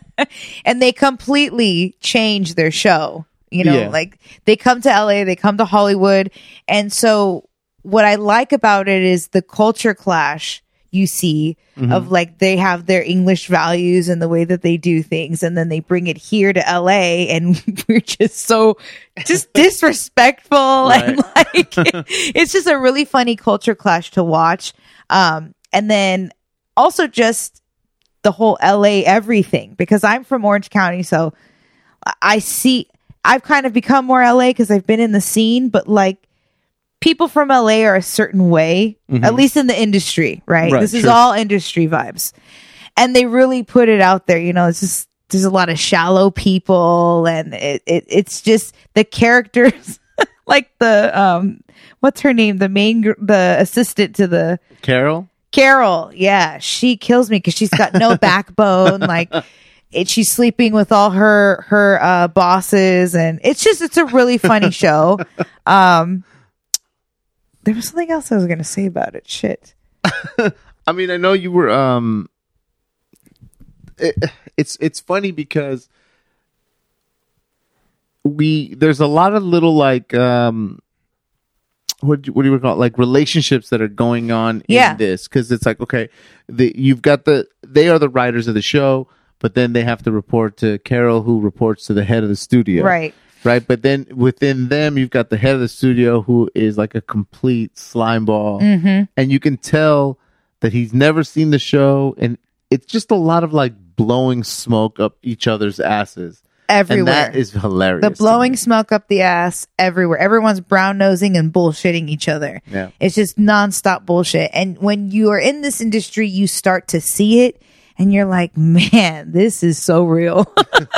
S1: [laughs] and they completely change their show. You know,
S2: Yeah.
S1: like they come to LA, they come to Hollywood. And so what I like about it is the culture clash you see of like they have their English values and the way that they do things and then they bring it here to LA and [laughs] we're just so just disrespectful and [laughs] like it's just a really funny culture clash to watch. Um and then also just the whole LA everything because I'm from Orange County, so I- I see I've kind of become more LA because I've been in the scene, but like people from LA are a certain way, at least in the industry, right?
S2: Right,
S1: this is
S2: sure.
S1: all industry vibes, and they really put it out there. You know, it's just there's a lot of shallow people, and it, it it's just the characters. [laughs] like the um what's her name the main gr- the assistant to the
S2: Carol,
S1: Carol, yeah, she kills me because she's got
S2: [laughs]
S1: no backbone. Like, it, she's sleeping with all her her uh, bosses, and it's just it's a really
S2: [laughs]
S1: funny show. Um, there was something else I was gonna say about it. Shit.
S2: I mean, I know you were. Um, it, it's it's funny because we there's a lot of little like um, what do, what do you call it? like relationships that are going on
S1: Yeah.
S2: in this because it's like okay, the, you've got the they are the writers of the show, but then they have to report to Carol, who reports to the head of the studio,
S1: Right.
S2: right? But then within them, you've got the head of the studio who is like a complete slime ball,
S1: Mm-hmm.
S2: and you can tell that he's never seen the show, and it's just a lot of like blowing smoke up each other's asses,
S1: Everywhere.
S2: and that is hilarious.
S1: the
S2: to
S1: blowing
S2: me.
S1: smoke up the ass everywhere. Everyone's brown nosing and bullshitting each other.
S2: Yeah.
S1: It's just nonstop bullshit. And when you are in this industry, you start to see it and you're like, man, this is so real. [laughs]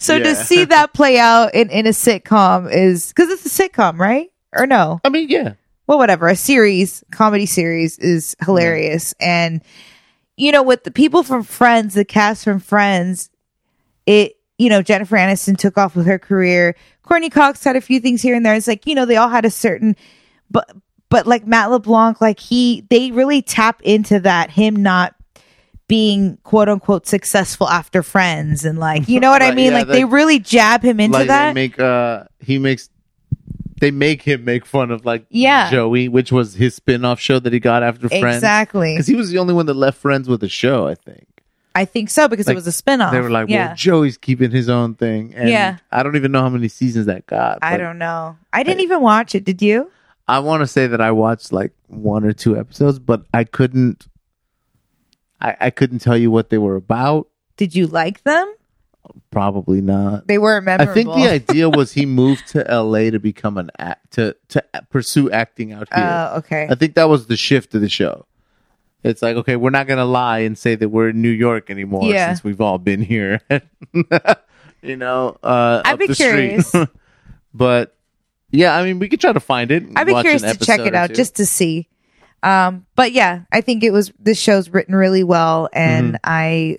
S1: so
S2: Yeah.
S1: to see that play out in, in a sitcom is because it's a sitcom, right? Or no?
S2: I mean, yeah,
S1: well, whatever, a series, comedy series is hilarious. And, you know, with the people from Friends, the cast from Friends, it, you know, Jennifer Aniston took off with her career. Courtney Cox had a few things here and there. It's like, you know, they all had a certain, but, but like Matt LeBlanc, like he, they really tap into that, him not being quote unquote successful after Friends. And like, you know what I
S2: Right,
S1: mean?
S2: yeah,
S1: like they
S2: [laughs] like-
S1: really jab him into
S2: like
S1: that.
S2: they make uh, he makes. They make him make fun of like
S1: Yeah.
S2: Joey, which was his spin off show that he got after Friends.
S1: Exactly.
S2: Because he was the only one that left Friends with the show, I think.
S1: I think so because it
S2: Like,
S1: was a spinoff.
S2: They were like,
S1: yeah.
S2: well, Joey's keeping his own thing. And
S1: Yeah.
S2: I don't even know how many seasons that got.
S1: I
S2: but
S1: don't know. I didn't even watch it. Did you?
S2: I want to say that I watched like one or two episodes, but I couldn't. I, I couldn't tell you what they were about.
S1: Did you like them?
S2: Probably not.
S1: They weren't
S2: I
S1: memorable.
S2: think the idea
S1: [laughs]
S2: was he moved to L.A. to become an act to to pursue acting out here.
S1: Oh, okay.
S2: I think that was the shift of the show. It's like, okay, we're not gonna lie and say that we're in New York anymore
S1: Yeah.
S2: since we've all been here. [laughs] you know, uh,
S1: I'd
S2: up
S1: be
S2: the street. [laughs]
S1: curious.
S2: but yeah, I mean, we could try to find it. and
S1: I'd be
S2: watch an
S1: curious to check
S2: episode
S1: it
S2: or
S1: out
S2: two.
S1: just to see. Um, but yeah, I think it was this show's written really well, and
S2: Mm-hmm.
S1: I,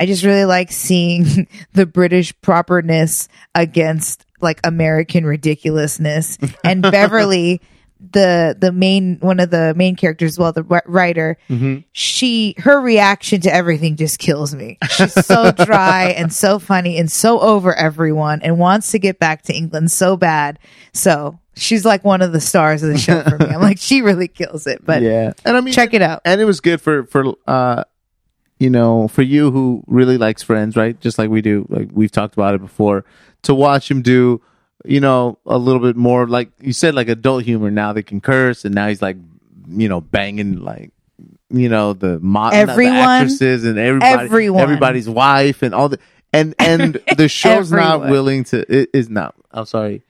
S1: I just really like seeing [laughs] the British properness against like American ridiculousness. And Beverly, the the main one of the main characters, well, the wri- writer,
S2: Mhm.
S1: she her reaction to everything just kills me. She's so dry and so funny and so over everyone and wants to get back to England so bad. So she's like one of the stars of the show for me. I'm like, she really kills it. But
S2: yeah, and I mean,
S1: check it out.
S2: and it was good for for uh you know for you who really likes friends right just like we do like we've talked about it before to watch him do you know a little bit more like you said like adult humor now they can curse and now he's like you know banging like you know the mo- the
S1: Everyone.
S2: actresses and everybody
S1: Everyone.
S2: everybody's wife and all the and
S1: [laughs]
S2: and the show's not
S1: Everyone.
S2: willing to i- is not I'm sorry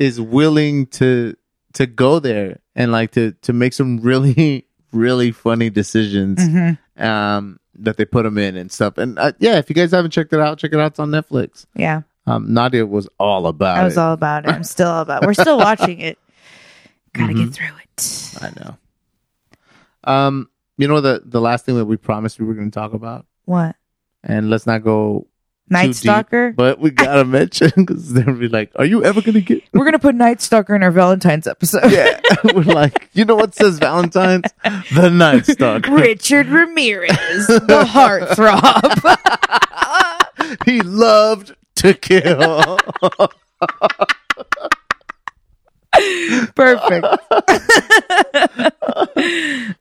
S2: is willing to to go there and like to to make some really [laughs] really funny decisions
S1: Mm-hmm.
S2: um that they put them in and stuff and uh, yeah if you guys haven't checked it out check it out it's on netflix
S1: Yeah,
S2: um nadia was all about
S1: I was
S2: it
S1: all about it. I'm still all about. We're still watching
S2: [laughs]
S1: it. Gotta
S2: Mm-hmm.
S1: get through it.
S2: i know um you know the the last thing that we promised we were going to talk about
S1: What
S2: and let's not go too
S1: Night
S2: deep,
S1: Stalker?
S2: but we gotta mention [laughs] because they'll be like are you ever gonna get
S1: We're gonna put Night Stalker in our Valentine's episode.
S2: [laughs] yeah we're like you know what says valentine's the night stalker
S1: Richard Ramirez,
S2: [laughs]
S1: the heartthrob.
S2: he loved to kill. [laughs]
S1: Perfect.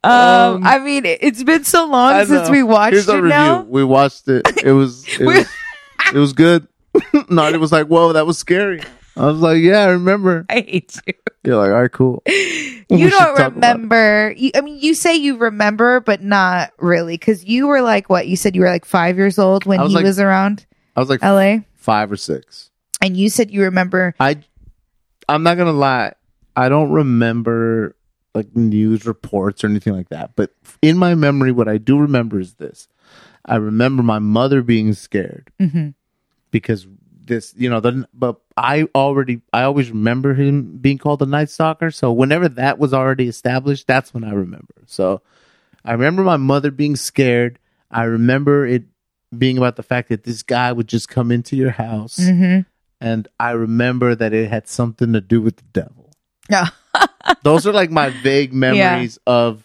S1: um,
S2: Um,
S1: I mean, it- it's been so
S2: I
S1: long since
S2: know.
S1: we watched
S2: Here's our
S1: it
S2: review.
S1: now.
S2: We watched it. It was it was, it was good. [laughs] no, it was like, whoa, that was scary. I was like, yeah, I remember.
S1: I hate you.
S2: You're like, all right, cool. We
S1: You
S2: should talk
S1: don't
S2: about it.
S1: remember. You, I mean, you say you remember, but not really, because you were like what you said. You were like five years old when
S2: I was
S1: he
S2: like-
S1: was around
S2: I was like
S1: L.A.
S2: five or six.
S1: And you said you remember.
S2: I I'm not gonna lie. I don't remember like news reports or anything like that. But in my memory, what I do remember is this. I remember my mother being scared
S1: Mhm.
S2: because this you know the but i already i always remember him being called the night stalker so whenever that was already established that's when i remember so i remember my mother being scared i remember it being about the fact that this guy would just come into your house
S1: Mhm.
S2: and i remember that it had something to do with the devil
S1: Yeah.
S2: [laughs] those are like my vague memories of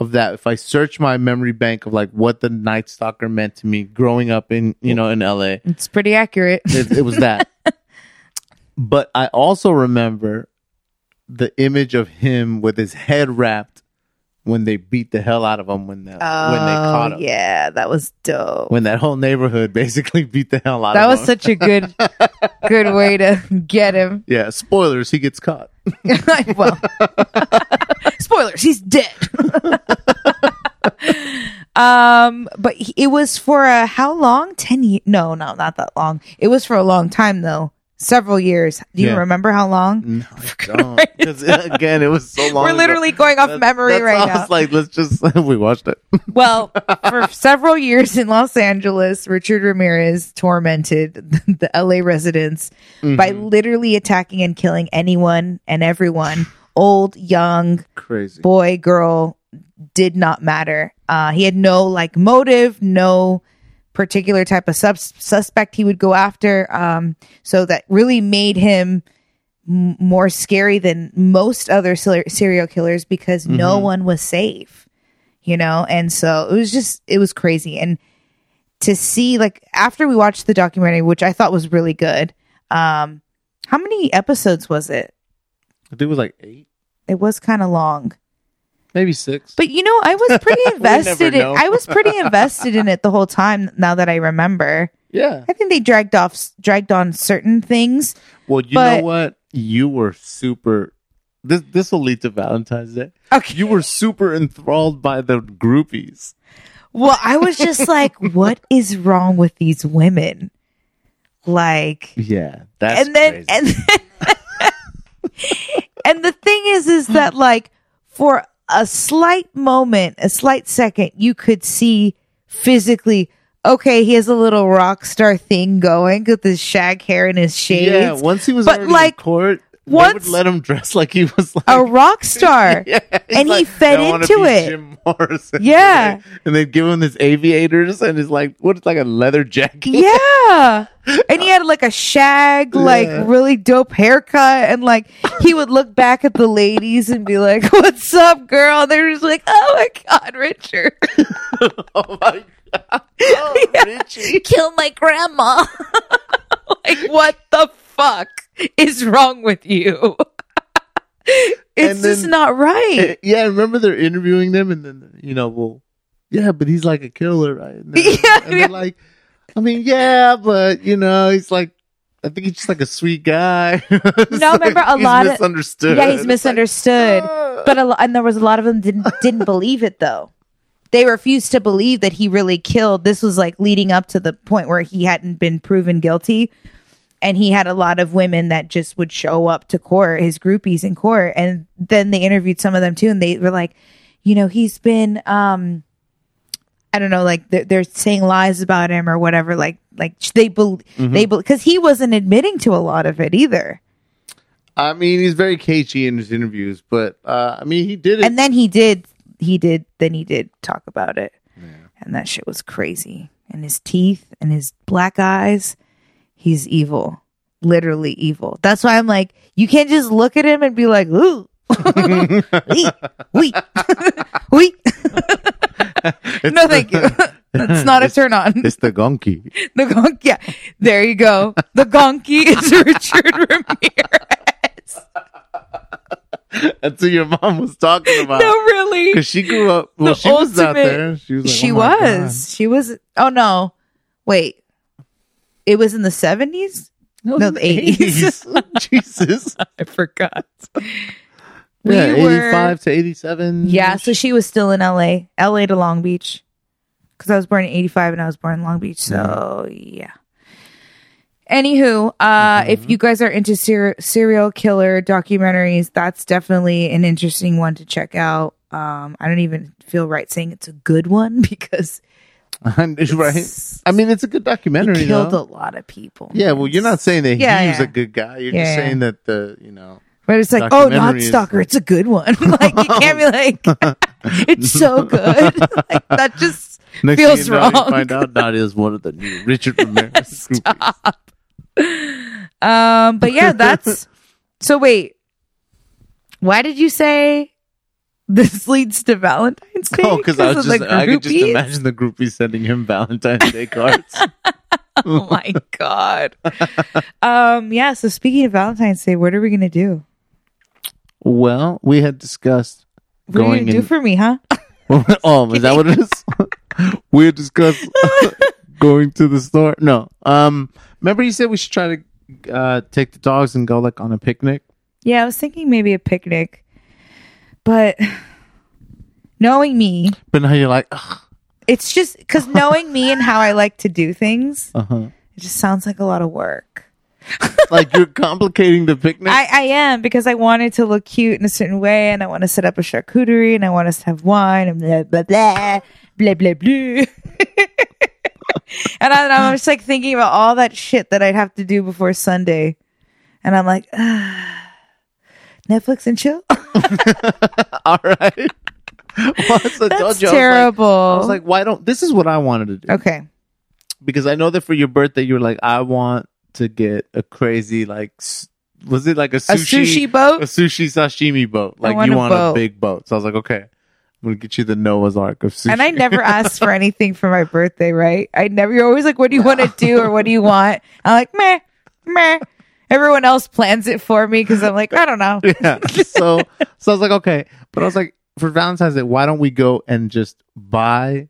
S2: of that if i search my memory bank of like what the night stalker meant to me growing up in you know in la
S1: It's pretty accurate.
S2: it, it
S1: [laughs]
S2: was that. but I also remember the image of him with his head wrapped when they beat the hell out of him when that when they
S1: Oh,
S2: caught him.
S1: yeah, that was dope.
S2: When that whole neighborhood [laughs] basically beat the hell out
S1: that
S2: of
S1: was
S2: him.
S1: such a good, good way to get him. [laughs]
S2: yeah, spoilers, he gets caught.
S1: well, [laughs] spoilers, he's dead. [laughs] um, but he- it was for a how long? Ten years? No, no, not that long. It was for a long time though, several years. Do you
S2: Yeah.
S1: remember how
S2: [laughs]
S1: long? [laughs]
S2: No, I don't. 'Cause, [laughs] again, it was so long.
S1: We're
S2: ago.
S1: literally going off
S2: That-
S1: memory
S2: that's
S1: right
S2: why I
S1: now.
S2: was like, let's just [laughs] we watched it.
S1: well, for several years in Los Angeles, Richard Ramirez tormented the LA residents
S2: Mm-hmm.
S1: by literally attacking and killing anyone and everyone, old, young,
S2: Crazy.
S1: boy, girl, did not matter. Uh, he had no like motive, no particular type of sus- suspect he would go after. Um, so that really made him m- more scary than most other ser- serial killers because no one was safe, you know? And so it was just, it was crazy. And to see, like, after we watched the documentary, which I thought was really good, um, how many episodes was it?
S2: I think it was like eight,
S1: It was kind of long.
S2: maybe six.
S1: But you know, I was
S2: [laughs]
S1: pretty invested in
S2: know.
S1: I was
S2: [laughs]
S1: pretty invested in it the whole time now that I remember.
S2: yeah.
S1: I think they dragged off dragged on certain things.
S2: Well, you
S1: But-
S2: know what? You were super. This this will lead to Valentine's Day.
S1: Okay.
S2: You were super enthralled by the groupies.
S1: Well, I was just like, [laughs] what is wrong with these women? Like
S2: Yeah, that's
S1: and then and then [laughs] And the thing is is that like for a slight moment, a slight second, you could see physically Okay, he has a little rock star thing going with his shag hair and his shades.
S2: yeah, once he was
S1: but
S2: already in
S1: like-
S2: court, What?
S1: Once-
S2: would let him dress like he was like
S1: a rock star.
S2: [laughs] Yeah, he's
S1: And he fed
S2: "I wanna
S1: into
S2: be
S1: it."
S2: Jim Morrison. [laughs]
S1: Yeah.
S2: and they give him his aviators, and it's like what? It's like a leather jacket. [laughs]
S1: Yeah. And he had like a shag, like
S2: Yeah.
S1: really dope haircut. And like he would look back at the ladies and be like, What's up, girl? And they're just like, Oh my God, Richard.
S2: oh my
S1: [laughs]
S2: god! Oh, Richie.
S1: You killed my grandma. [laughs] like, what the fuck is wrong with you? [laughs] it's
S2: And then-
S1: just not right.
S2: Yeah, remember they're interviewing them, and then you know, well, yeah, but he's like a killer,
S1: [laughs]
S2: right? And then-
S1: Yeah,
S2: and they're
S1: yeah.
S2: like, I mean, yeah, but you know, he's like. I think he's just like a sweet guy. [laughs] no,
S1: remember, a lot of-
S2: misunderstood.
S1: yeah, he's
S2: It's like,
S1: misunderstood.
S2: "Ah."
S1: but a, lo- and there was a lot of them didn't didn't believe it though. They refused to believe that he really killed. This was like leading up to the point where he hadn't been proven guilty, and he had a lot of women that just would show up to court, his groupies in court, and then they interviewed some of them too, and they were like, you know, he's been, um, I don't know, like they're, they're saying lies about him or whatever, like like they bel they because he wasn't admitting to a lot of it either,
S2: I mean, he's very cagey in his interviews, but uh, I mean, he did [laughs] it.
S1: and then he did he did then he did talk about it and that shit was crazy and his teeth and his black eyes he's evil literally evil that's why i'm like you can't just look at him and be like ooh Wee, wee, [laughs] wee.
S2: [laughs]
S1: no thank you [laughs] that's not a turn on
S2: It's the gonky.
S1: the gonk yeah there you go the gonky is [laughs] richard ramirez
S2: [laughs] That's what your mom was talking about.
S1: no really
S2: Because she grew up. Well,
S1: The
S2: she was out
S1: ultimate-
S2: there. She was. Like,
S1: she
S2: "Oh my
S1: was. She was. Oh no, wait. It was in the seventies.
S2: God." [laughs]
S1: No, the [laughs] 80s.
S2: 80s. Jesus.
S1: I forgot. We
S2: yeah,
S1: were-
S2: 85 to 87.
S1: Yeah, so she was still in L.A. L.A. to Long Beach, because I was born in '85 and I was born in Long Beach. So
S2: Mm-hmm.
S1: yeah. Anywho, uh, if you guys are into ser- serial killer documentaries, that's definitely an interesting one to check out. Um, I don't even feel right saying it's a good one [laughs] because
S2: [laughs] And- right.
S1: it's-
S2: I mean, it's a good
S1: he
S2: documentary.
S1: killed a
S2: though.
S1: lot of people.
S2: Yeah, well, you're not saying that
S1: Yeah,
S2: he was
S1: yeah.
S2: a good guy. You're
S1: Yeah,
S2: just
S1: yeah.
S2: saying that the,
S1: [laughs]
S2: you know.
S1: But it's like, oh,
S2: documentary is- Oh.
S1: Stalker, it's a good one. [laughs] like you can't
S2: [laughs]
S1: be like, [laughs] it's so good. [laughs] like that just
S2: Next thing
S1: feels
S2: you know, you
S1: wrong.
S2: find out Dot is one of the
S1: [laughs]
S2: new Richard Ramirez groupies.
S1: Um, but yeah, that's so. Wait, why did you say this [laughs] leads to Valentine's Day?
S2: [laughs] Oh, because I was
S1: of
S2: just,
S1: the
S2: I could
S1: [laughs]
S2: just
S1: groupies?
S2: imagine the groupie sending him Valentine's
S1: [laughs]
S2: Day cards.
S1: Oh my god. [laughs] um, yeah. So speaking of Valentine's Day, what are we gonna do?
S2: well, we had discussed
S1: What are you
S2: going
S1: gonna do
S2: in.
S1: for me, huh?
S2: [laughs] oh, is that what it is? [laughs] we had discussed going to the store. No, um, remember you said we should try to uh take the dogs and go like on a picnic.
S1: Yeah, I was thinking maybe a picnic, but [sighs] knowing me,
S2: But now you're like, uh
S1: it's just because knowing me and how I like to do things,
S2: huh,
S1: it just sounds like a lot of work.
S2: like
S1: [laughs]
S2: you're complicating the picnic.
S1: I, I am because I want it to look cute in a certain way, and I want to set up a charcuterie, and I want us to have wine, and blah blah blah, blah blah blah. [laughs] and I, I'm just like thinking about all that shit that I'd have to do before Sunday, and I'm like, [sighs] ah, Netflix and chill.
S2: [laughs] All right. [laughs] Well, so
S1: [laughs] That's
S2: I told you, I was like-
S1: terrible.
S2: I was like, why don't? This is what I wanted to do.
S1: okay.
S2: because I know that for your birthday you were like, I want to get a crazy like, s- was it like a
S1: A
S2: sushi,
S1: sushi boat?
S2: a sushi sashimi boat? Like
S1: want
S2: you
S1: a
S2: want
S1: boat.
S2: a big boat? So I was like, okay, I'm gonna get you the Noah's Ark of sushi.
S1: And I never asked for anything for my birthday, right? I never. You're always like, "What do you want to do?" or "What do you want?" I'm like, "Meh, meh." Everyone else plans it for me because I'm like, I don't know.
S2: [laughs] yeah. So so I was like, okay, but I was like, for Valentine's Day, why don't we go and just buy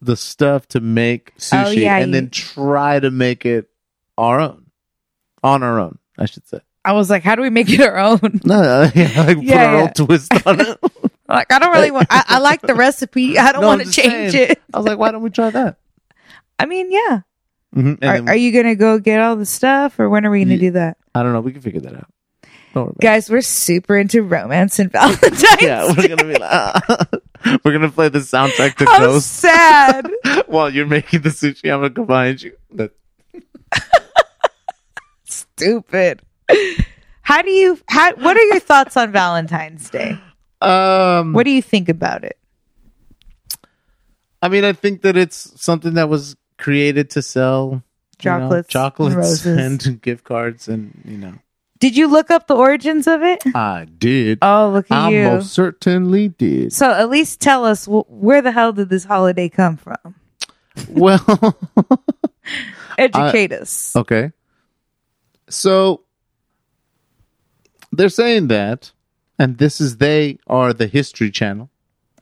S2: the stuff to make sushi
S1: Oh, yeah,
S2: and
S1: you-
S2: then try to make it our own, on our own, I should say. [laughs]
S1: I was like, how do we make it our own? [laughs]
S2: No, no, [laughs] yeah, like put
S1: Yeah,
S2: our
S1: yeah.
S2: own twist on it. [laughs]
S1: Like, [laughs] I don't really want. I, I like the recipe. I don't
S2: No, I'm
S1: want to
S2: just
S1: change
S2: saying.
S1: it.
S2: I was like, why don't we try that?
S1: I mean, yeah.
S2: Mm-hmm.
S1: Are, are you gonna go get all the stuff, or when are we gonna
S2: Ye-
S1: do that,
S2: I don't know. We can figure that out. Don't worry about it.
S1: guys? We're super into romance and Valentine's.
S2: [laughs] Yeah, we're gonna be like, [laughs] we're gonna play the soundtrack to
S1: [laughs] I'm
S2: Ghost
S1: sad.
S2: while you're making the sushi. I'm gonna come behind you. That-
S1: Stupid. How do you? How? What are your thoughts on Valentine's Day?
S2: Um,
S1: What do you think about it?
S2: I mean, I think that it's something that was created to sell you know,
S1: Chocolates,
S2: chocolates, [laughs]
S1: and roses.
S2: and gift cards, and you know,
S1: Did you look up the origins of it?
S2: I did.
S1: Oh, look at
S2: I
S1: you.
S2: most certainly did.
S1: So at least tell us wh- where the hell did this holiday come from?
S2: well, [laughs]
S1: Educate us.
S2: okay. So they're saying that, and this is they are the History Channel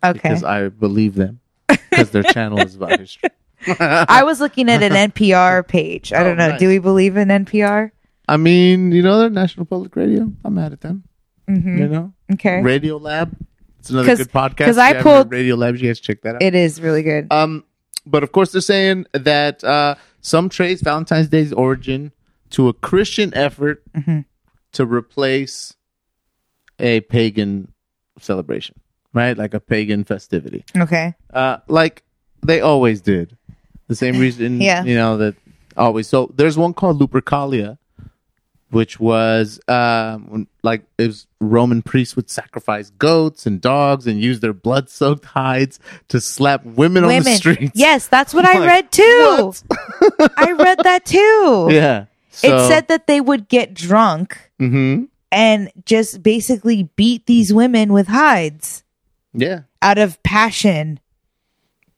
S1: Okay.
S2: oh, because I believe them
S1: [laughs]
S2: because their channel is about history.
S1: I was looking at an
S2: [laughs]
S1: NPR page. I
S2: Oh,
S1: don't know.
S2: nice.
S1: Do we believe in NPR?
S2: I mean, you know, they're National Public Radio. I'm mad at them.
S1: hmm
S2: You know,
S1: Okay.
S2: Radio Lab. It's another
S1: 'Cause-
S2: good podcast.
S1: 'cause
S2: If
S1: I
S2: you haven't heard
S1: pulled-
S2: Radio Lab. You guys check that out.
S1: It is really good.
S2: Um, but of course, they're saying that uh, some trace Valentine's Day's origin to a Christian effort
S1: Mm-hmm.
S2: to replace a pagan celebration, right? Like a pagan festivity,
S1: Okay.
S2: uh, like they always did.
S1: [laughs]
S2: The same reason,
S1: Yeah.
S2: you know, that always. So there's one called Lupercalia, which was um, when- like it was Roman priests would sacrifice goats and dogs and use their blood-soaked hides to slap women, on the
S1: Women.
S2: streets.
S1: Yes, that's what
S2: Like,
S1: I read too. I read that
S2: [laughs]
S1: too.
S2: [laughs] Yeah.
S1: It said that they would get drunk
S2: hmm
S1: and just basically beat these women with hides
S2: Yeah.
S1: out of
S2: [laughs]
S1: passion.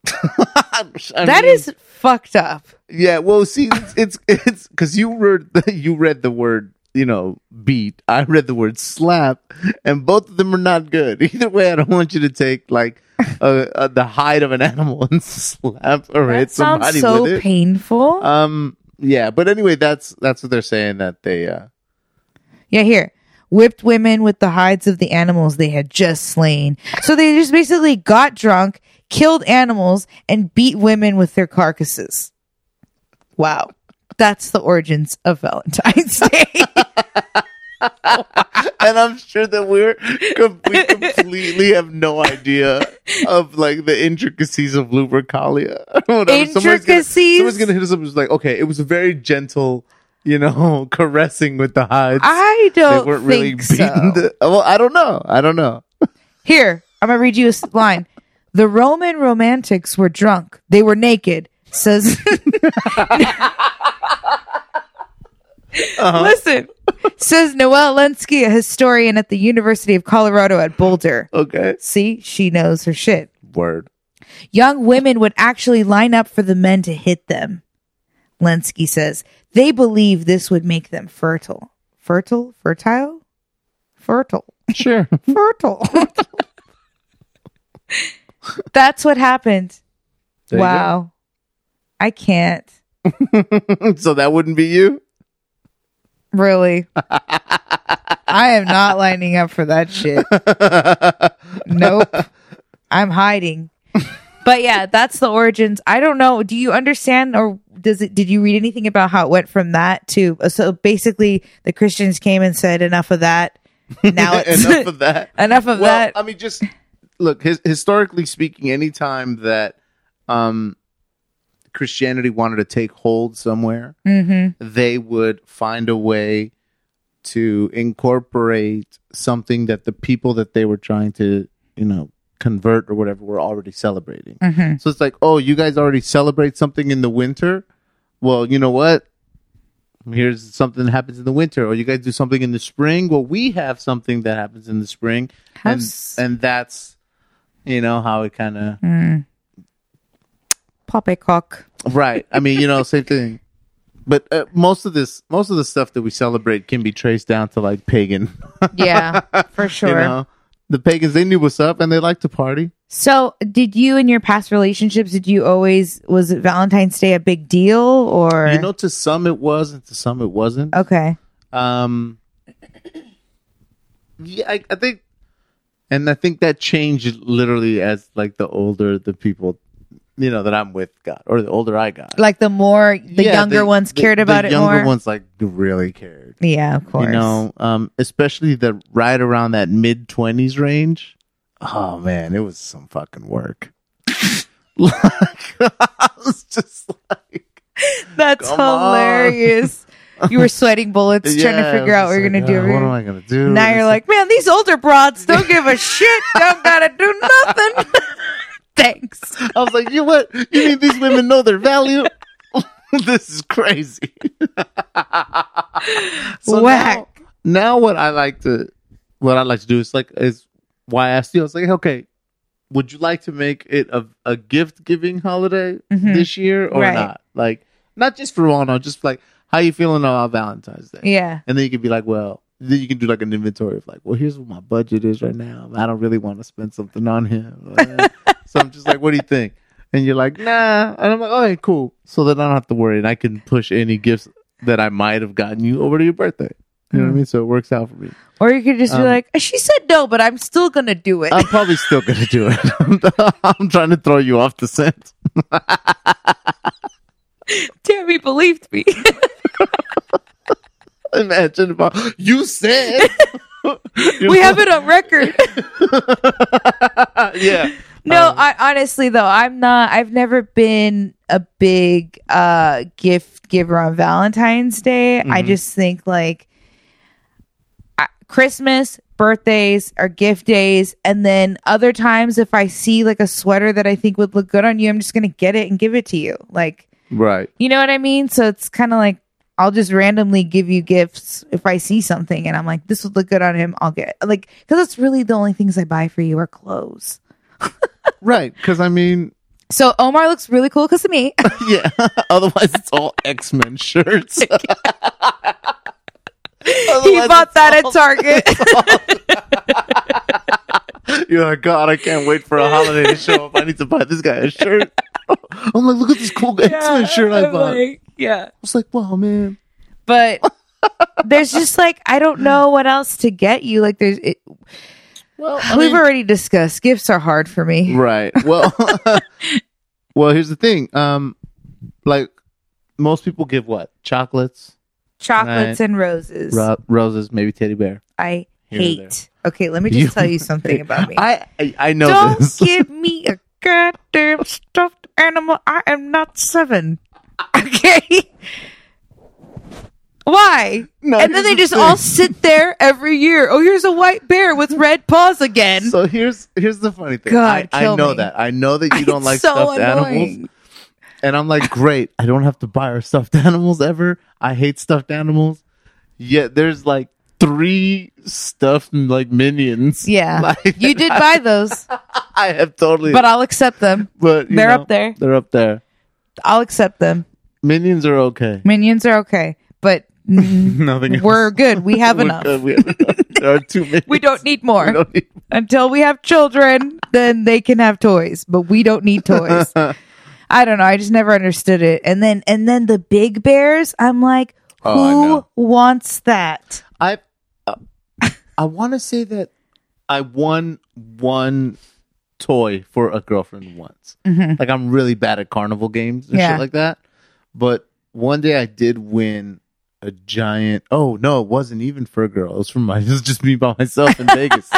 S1: That
S2: That is.
S1: is fucked up.
S2: Yeah. Well, see, it's [laughs] it's because you read the, [laughs] you read the word you know beat. I read the word slap, and both of them are not good. [laughs] Either way, I don't want you to take like uh, uh, the hide of an animal [laughs] and slap or
S1: That
S2: hit somebody
S1: sounds so
S2: with it.
S1: painful.
S2: um. Yeah. But anyway, that's that's what they're saying that they. uh
S1: Yeah, here. Whipped women with the hides of the animals they had just slain. So they just basically got drunk, killed animals, and beat women with their carcasses. Wow. That's the origins of Valentine's Day.
S2: and I'm sure that we're com-
S1: [laughs]
S2: we completely have no idea of like the intricacies of [laughs] Lupercalia. or whatever. Someone's gonna-
S1: Intricacies?
S2: Someone's gonna hit us up. and It's like, okay, it was a very gentle, you know, [laughs] caressing with the hides.
S1: I don't
S2: weren't
S1: think
S2: really
S1: so.
S2: beating the- uh, Well, I don't know. I don't know.
S1: Here, I'm gonna read you a s- line. The Roman romantics were drunk. They were naked. Says. [laughs] Listen, says Noelle Lenski, a historian at the University of Colorado at Boulder.
S2: Okay.
S1: See, she knows her shit.
S2: Word.
S1: Young women would actually line up for the men to hit them. Lenski says they believe this would make them fertile. Fertile? Fertile? Fertile
S2: Sure.
S1: fertile. [laughs] That's what happened.
S2: There you
S1: wow. I can't.
S2: go. [laughs] so that wouldn't be you.
S1: Really. I am not lining up for that
S2: [laughs]
S1: shit. Nope. I'm hiding. But yeah, that's the origins. I don't know. Do you understand or does it did you read anything about how it went from that to so basically the Christians came and said enough of that. Now it's
S2: [laughs] Enough of that.
S1: [laughs] enough of
S2: well, uh,
S1: that.
S2: I mean, just look. His, historically speaking, any time that um, Christianity wanted to take hold somewhere,
S1: mhm.
S2: they would find a way to incorporate something that the people that they were trying to, you know, convert or whatever were already celebrating.
S1: Mhm.
S2: So it's like, oh, you guys already celebrate something in the winter. Well, you know what? Here's something that happens in the winter, or you guys do something in the spring. Well, we have something that happens in the spring, and
S1: How's-
S2: and that's you know how it kind of
S1: Poppycock.
S2: right. I mean, you know, same thing. But uh, most of this, most of the stuff that we celebrate can be traced down to like pagan. [laughs]
S1: Yeah, for sure.
S2: You know, the pagans they knew what's up, and they like to party.
S1: So, did you in your past relationships, did you always, was it Valentine's Day a big deal or?
S2: You know, to some it was, and to some it wasn't.
S1: okay.
S2: Um, yeah, I, I think, and I think that changed literally as like the older the people, you know, that I'm with got, or the older I got.
S1: Like the more, the
S2: Yeah,
S1: younger ones
S2: the-
S1: cared
S2: the
S1: about it
S2: younger
S1: more?
S2: ones like really cared.
S1: yeah, of course.
S2: You know, um, especially the right around that mid twenties range. Oh man, it was some fucking work. [laughs] like [laughs] I was just like,
S1: That's
S2: Come on. [laughs]
S1: hilarious. You were sweating bullets trying to
S2: Yeah,
S1: figure
S2: I
S1: out what
S2: was
S1: you're
S2: just
S1: gonna
S2: like,
S1: do.
S2: "Oh, What am I gonna do?
S1: now you're
S2: It's
S1: like, man, these older broads don't give a shit. Don't gotta do nothing. [laughs] Thanks.
S2: I was like, you know what? You mean these women know their value? [laughs] this is crazy. [laughs] So
S1: Whack.
S2: Now, now what I like to what I like to do is like is why I asked you. I was like, okay, would you like to make it a, a gift giving holiday
S1: Mhm.
S2: this year or
S1: Right.
S2: not? Like not just for Rono, just like how you feeling about Valentine's Day?
S1: Yeah.
S2: And then you can be like, well, then you can do like an inventory of like, well, here's what my budget is right now. I don't really want to spend something on him. [laughs] so I'm just like, what do you think? And you're like, nah. And I'm like, okay, cool. So then I don't have to worry and I can push any gifts that I might have gotten you over to your birthday. You know what I mean? So it works out for me.
S1: Or you could just be
S2: Um,
S1: like, she said no, but I'm still gonna do it.
S2: I'm probably still going to do it. [laughs] I'm trying to throw you off the scent.
S1: [laughs]
S2: [laughs]
S1: Tammy believed me.
S2: Imagine if I, you said. [laughs] You're
S1: we
S2: so-
S1: have it on record.
S2: [laughs] yeah.
S1: No,
S2: Um,
S1: I honestly though, I'm not I've never been a big uh gift giver on Valentine's Day. I
S2: Mhm.
S1: just think like I, Christmas, birthdays are gift days and then other times if I see like a sweater that I think would look good on you, I'm just going to get it and give it to you. Like,
S2: Right.
S1: you know what I mean? So it's kind of like I'll just randomly give you gifts if I see something and I'm like this would look good on him, I'll get it. Like cuz that's really the only things I buy for you are clothes.
S2: Right. Because I mean,
S1: So Omar looks really cool because of
S2: [laughs]
S1: me.
S2: Yeah. Otherwise, it's all X
S1: [laughs]
S2: Men shirts. [laughs]
S1: he
S2: Otherwise,
S1: bought that
S2: [laughs]
S1: at Target.
S2: You're like, God, I can't wait for a holiday to show up. I need to buy this guy a shirt. [laughs] I'm like, look at this cool X Men shirt I
S1: I'm
S2: bought. I
S1: like, yeah,
S2: was like, wow, man.
S1: but
S2: [laughs]
S1: there's just like I don't know what else to get you. Like there's it,
S2: Well,
S1: we've already discussed gifts are hard for me.
S2: right. Well, [laughs] well, here's the thing. Um, like most people give what chocolates,
S1: Chocolates and roses.
S2: ro- roses, maybe teddy bear.
S1: I
S2: Here or
S1: hate. Okay, let me just
S2: You-
S1: tell you something
S2: [laughs]
S1: about me.
S2: I I, I know
S1: don't
S2: this.
S1: give me a goddamn stuffed animal. I am not seven. [laughs] Okay. Why?
S2: No,
S1: and then they
S2: here's
S1: just
S2: the
S1: all
S2: thing.
S1: sit there every year. Oh, here's a white bear with red paws again.
S2: So here's here's the funny thing.
S1: God,
S2: I, I
S1: kill
S2: know
S1: me.
S2: that. I know that you
S1: [laughs]
S2: don't
S1: It's
S2: like
S1: so
S2: stuffed animals.
S1: annoying.
S2: And I'm like, great. I don't have to buy her stuffed [laughs] animals ever. I hate stuffed animals. Yet there's like three stuffed like minions. [laughs]
S1: Yeah,
S2: Like,
S1: you did buy those,
S2: I have totally.
S1: but I'll accept them.
S2: but you
S1: They're
S2: know,
S1: up there.
S2: They're up there.
S1: I'll accept them.
S2: Minions are okay.
S1: Minions are okay, but mm,
S2: [laughs] Nothing. else.
S1: we're good.
S2: [laughs]
S1: We have
S2: We're
S1: enough.
S2: good. We have enough. there are two minions.
S1: [laughs] We don't need
S2: We
S1: more
S2: don't need-
S1: until we have children. Then they can have toys, but we don't need
S2: [laughs]
S1: toys. I don't know. I just never understood it. And then and then the big bears. I'm like, who
S2: Oh, I know.
S1: wants that?
S2: I uh, I want to say that I won one toy for a girlfriend once.
S1: Mhm.
S2: Like I'm really bad at carnival games and
S1: Yeah.
S2: shit like that. But one day I did win a giant. Oh no, it wasn't even for a girl. It was for my. [laughs] It was just me by myself in Vegas.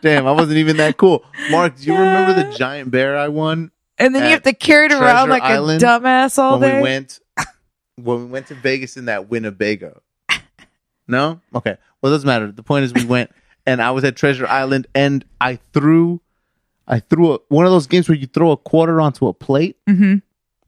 S2: Damn, I wasn't even that cool. Mark, do you remember the giant bear I won
S1: And then you
S2: At
S1: have to carry it around like
S2: Treasure Island,
S1: a dumbass all
S2: when
S1: day.
S2: we went when we went to Vegas in that Winnebago. no? Okay. Well, it doesn't matter. The point is we went [laughs] and I was at Treasure Island and I threw I threw a, one of those games where you throw a quarter onto a plate.
S1: hmm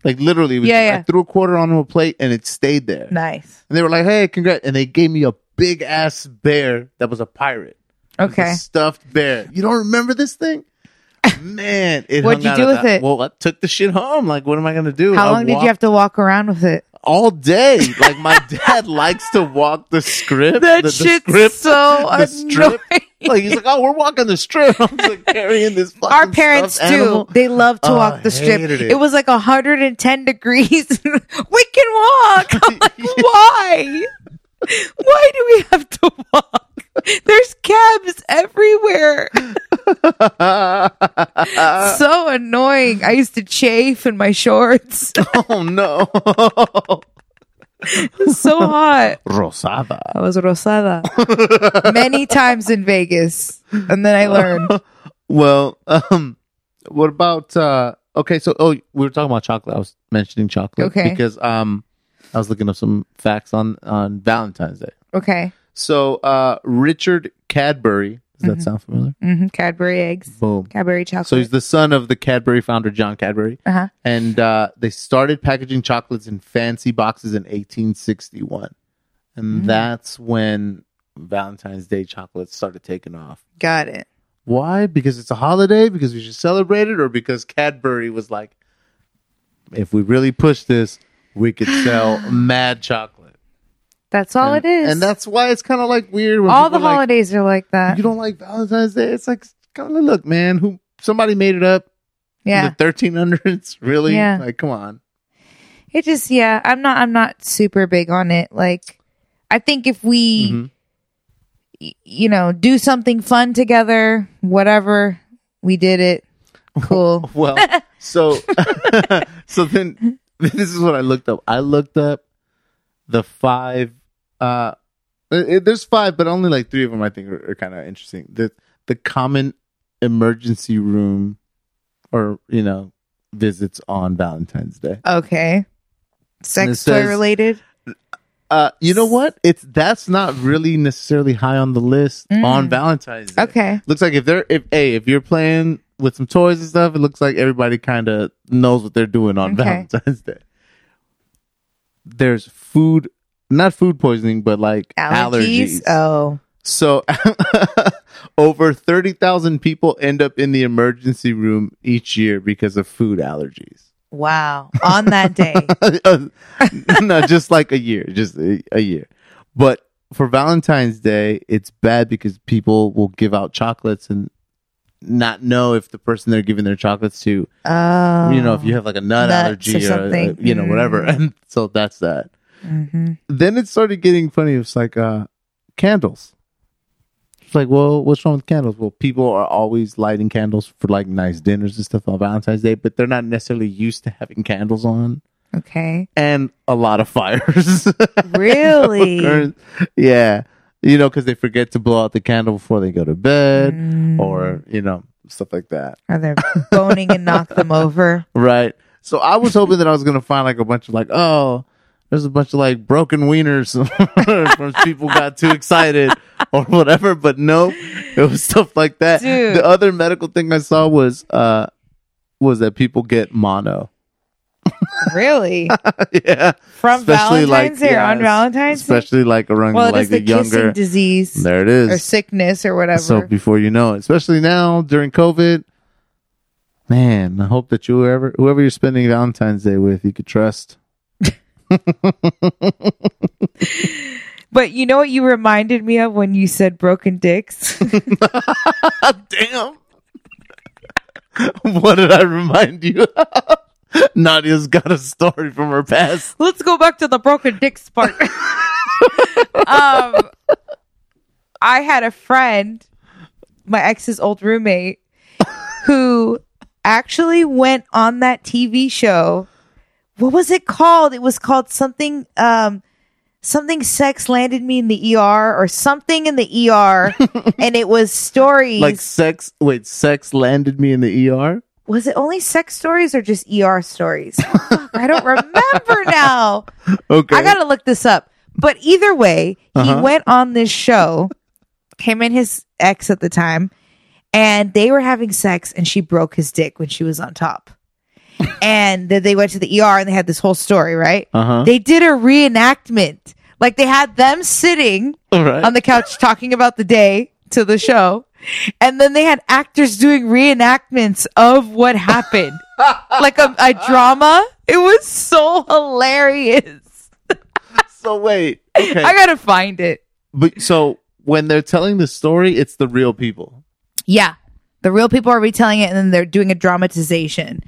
S2: Like literally, it was,
S1: Yeah, yeah.
S2: I threw a quarter onto a plate and it stayed there.
S1: Nice.
S2: And they were like, "Hey, congrats!" And they gave me a big ass bear that was a pirate, It was a
S1: Okay.
S2: stuffed bear. You don't remember this
S1: [laughs]
S2: thing? Man, it
S1: What'd
S2: hung
S1: you
S2: out
S1: do
S2: of
S1: with
S2: that-
S1: it?
S2: Well, I took the shit home. Like, what am I gonna do?
S1: How
S2: I
S1: long did
S2: walked
S1: you have to walk around with it?
S2: all day. Like
S1: [laughs]
S2: my dad likes to walk the script.
S1: That
S2: the, the
S1: shit's
S2: script.
S1: so
S2: the strip.
S1: annoying.
S2: Like he's like, oh, we're walking the strip. [laughs] I'm like carrying this. Fucking
S1: Our parents
S2: stuffed
S1: do.
S2: animal.
S1: They love to
S2: Oh, I
S1: walk the strip.
S2: hated
S1: It.
S2: it.
S1: was like 110 degrees. [laughs] we can
S2: [laughs]
S1: walk. I'm like, why? Why do we have to walk? There's cabs everywhere.
S2: Uh,
S1: so annoying. I used to chafe in my shorts. [laughs] It
S2: [laughs] oh no, [laughs]
S1: was so hot.
S2: Rosada.
S1: I was
S2: [laughs]
S1: rosada many times in Vegas, and then I learned.
S2: [laughs] Well, um, what about uh? Okay, so oh, we were talking about chocolate. I was mentioning chocolate
S1: Okay.
S2: because um, I was looking up some facts on on Valentine's Day.
S1: Okay.
S2: So uh, Richard Cadbury. Does that sound familiar?
S1: hmm Cadbury eggs.
S2: Boom.
S1: Cadbury chocolate.
S2: So he's the son of the Cadbury founder John Cadbury,
S1: uh-huh.
S2: and uh, they started packaging chocolates in fancy boxes in 1861, and
S1: Mm.
S2: that's when Valentine's Day chocolates started taking off.
S1: Got it.
S2: Why? Because it's a holiday? Because we should celebrate it? Or because Cadbury was like, if we really push this, we could
S1: [gasps]
S2: sell mad chocolate.
S1: That's all
S2: and,
S1: it is.
S2: And that's why it's kind of like weird. When
S1: all the
S2: people are like,
S1: holidays are like that.
S2: You don't like Valentine's Day? It's like, kind of look, man, who somebody made it up
S1: Yeah.
S2: in the 1300s? Really?
S1: Yeah.
S2: Like, come on.
S1: It just yeah, I'm not I'm not super big on it. Like I think if we
S2: Mhm.
S1: y- you know, do something fun together, whatever, we did it.
S2: [laughs]
S1: Cool. [laughs]
S2: Well, so [laughs] so then this is what I looked up. I looked up the five. Uh, it, it- there's five, but only like three of them I think are, are kind of interesting. The the common emergency room, or you know, visits on Valentine's Day.
S1: okay.
S2: it
S1: Sex toy
S2: says-
S1: related?
S2: Uh, you know what? It's that's not really necessarily high on the list
S1: Mm.
S2: on Valentine's Day.
S1: Okay.
S2: looks like if they're if a if you're playing with some toys and stuff, it looks like everybody kind of knows what they're doing on
S1: Okay.
S2: Valentine's Day. There's food, not food poisoning, but like
S1: Allergies?
S2: allergies.
S1: Oh.
S2: So [laughs] over thirty thousand people end up in the emergency room each year because of food allergies.
S1: Wow. On that day.
S2: [laughs] no, just like a year, just a, a year. But for Valentine's Day, it's bad because people will give out chocolates and not know if the person they're giving their chocolates to,
S1: Oh.
S2: [laughs] you know, if you have like a nut
S1: Nuts
S2: allergy
S1: or
S2: or, uh,
S1: something.
S2: you know, whatever.
S1: Mm.
S2: And [laughs] so that's that.
S1: Mhm.
S2: Then it started getting funny. It's like uh, candles. It's like, well, what's wrong with candles? Well, people are always lighting candles for like nice dinners and stuff on Valentine's Day, but they're not necessarily used to having candles on
S1: Okay.
S2: and a lot of fires. [laughs]
S1: Really?
S2: yeah. You know, because they forget to blow out the candle before they go to bed
S1: Mm.
S2: or, you know, stuff like that.
S1: are they boning and knock them over?
S2: Right. So I was hoping that I was going to find like a bunch of like, oh, there's a bunch of like broken wieners [laughs] from
S1: [laughs]
S2: people got too excited or whatever. But no, it was stuff like that.
S1: Dude.
S2: The other medical thing I saw was, uh, was that people get mono. [laughs]
S1: Really?
S2: yeah.
S1: From
S2: Especially, like,
S1: Valentine's Day or on
S2: yes,
S1: Valentine's Day?
S2: Especially like around
S1: Well, it
S2: like
S1: is
S2: the
S1: the
S2: younger.
S1: kissing disease
S2: There it is.
S1: or sickness or whatever.
S2: So before you know it, especially now during COVID, man, I hope that you whoever whoever you're spending Valentine's Day with, you
S1: [laughs]
S2: could trust.
S1: but you know what you reminded me of when you said broken dicks? [laughs]
S2: Damn. [laughs] what did I remind you? of? [laughs] Nadia's got a story from her past.
S1: Let's go back to the broken dicks part. um, I had a friend, my ex's old roommate, who actually went on that TV show. What was it called? It was called something. Um, something sex landed me in the ER or something in the ER, and it was stories.
S2: Like sex wait, sex landed me in the ER?
S1: was it only sex stories or just ER stories? Fuck, I don't remember now.
S2: Okay.
S1: I gotta look this up. But either way,
S2: Uh-huh.
S1: he went on this show, him and his ex at the time, and they were having sex, and she broke his dick when she was on
S2: [laughs]
S1: top. and then they went to the ER and they had this whole story, right? [laughs]
S2: uh-huh.
S1: They did a reenactment. Like they had them sitting
S2: All right.
S1: on the
S2: [laughs]
S1: couch talking about the day to the show. And then they had actors doing reenactments of what
S2: [laughs]
S1: happened, like a, a drama. It was so hilarious.
S2: so wait.
S1: [laughs]
S2: Okay.
S1: I gotta find it.
S2: but so when they're telling the story, it's the real people.
S1: Yeah. The real people are retelling it and then they're doing a dramatization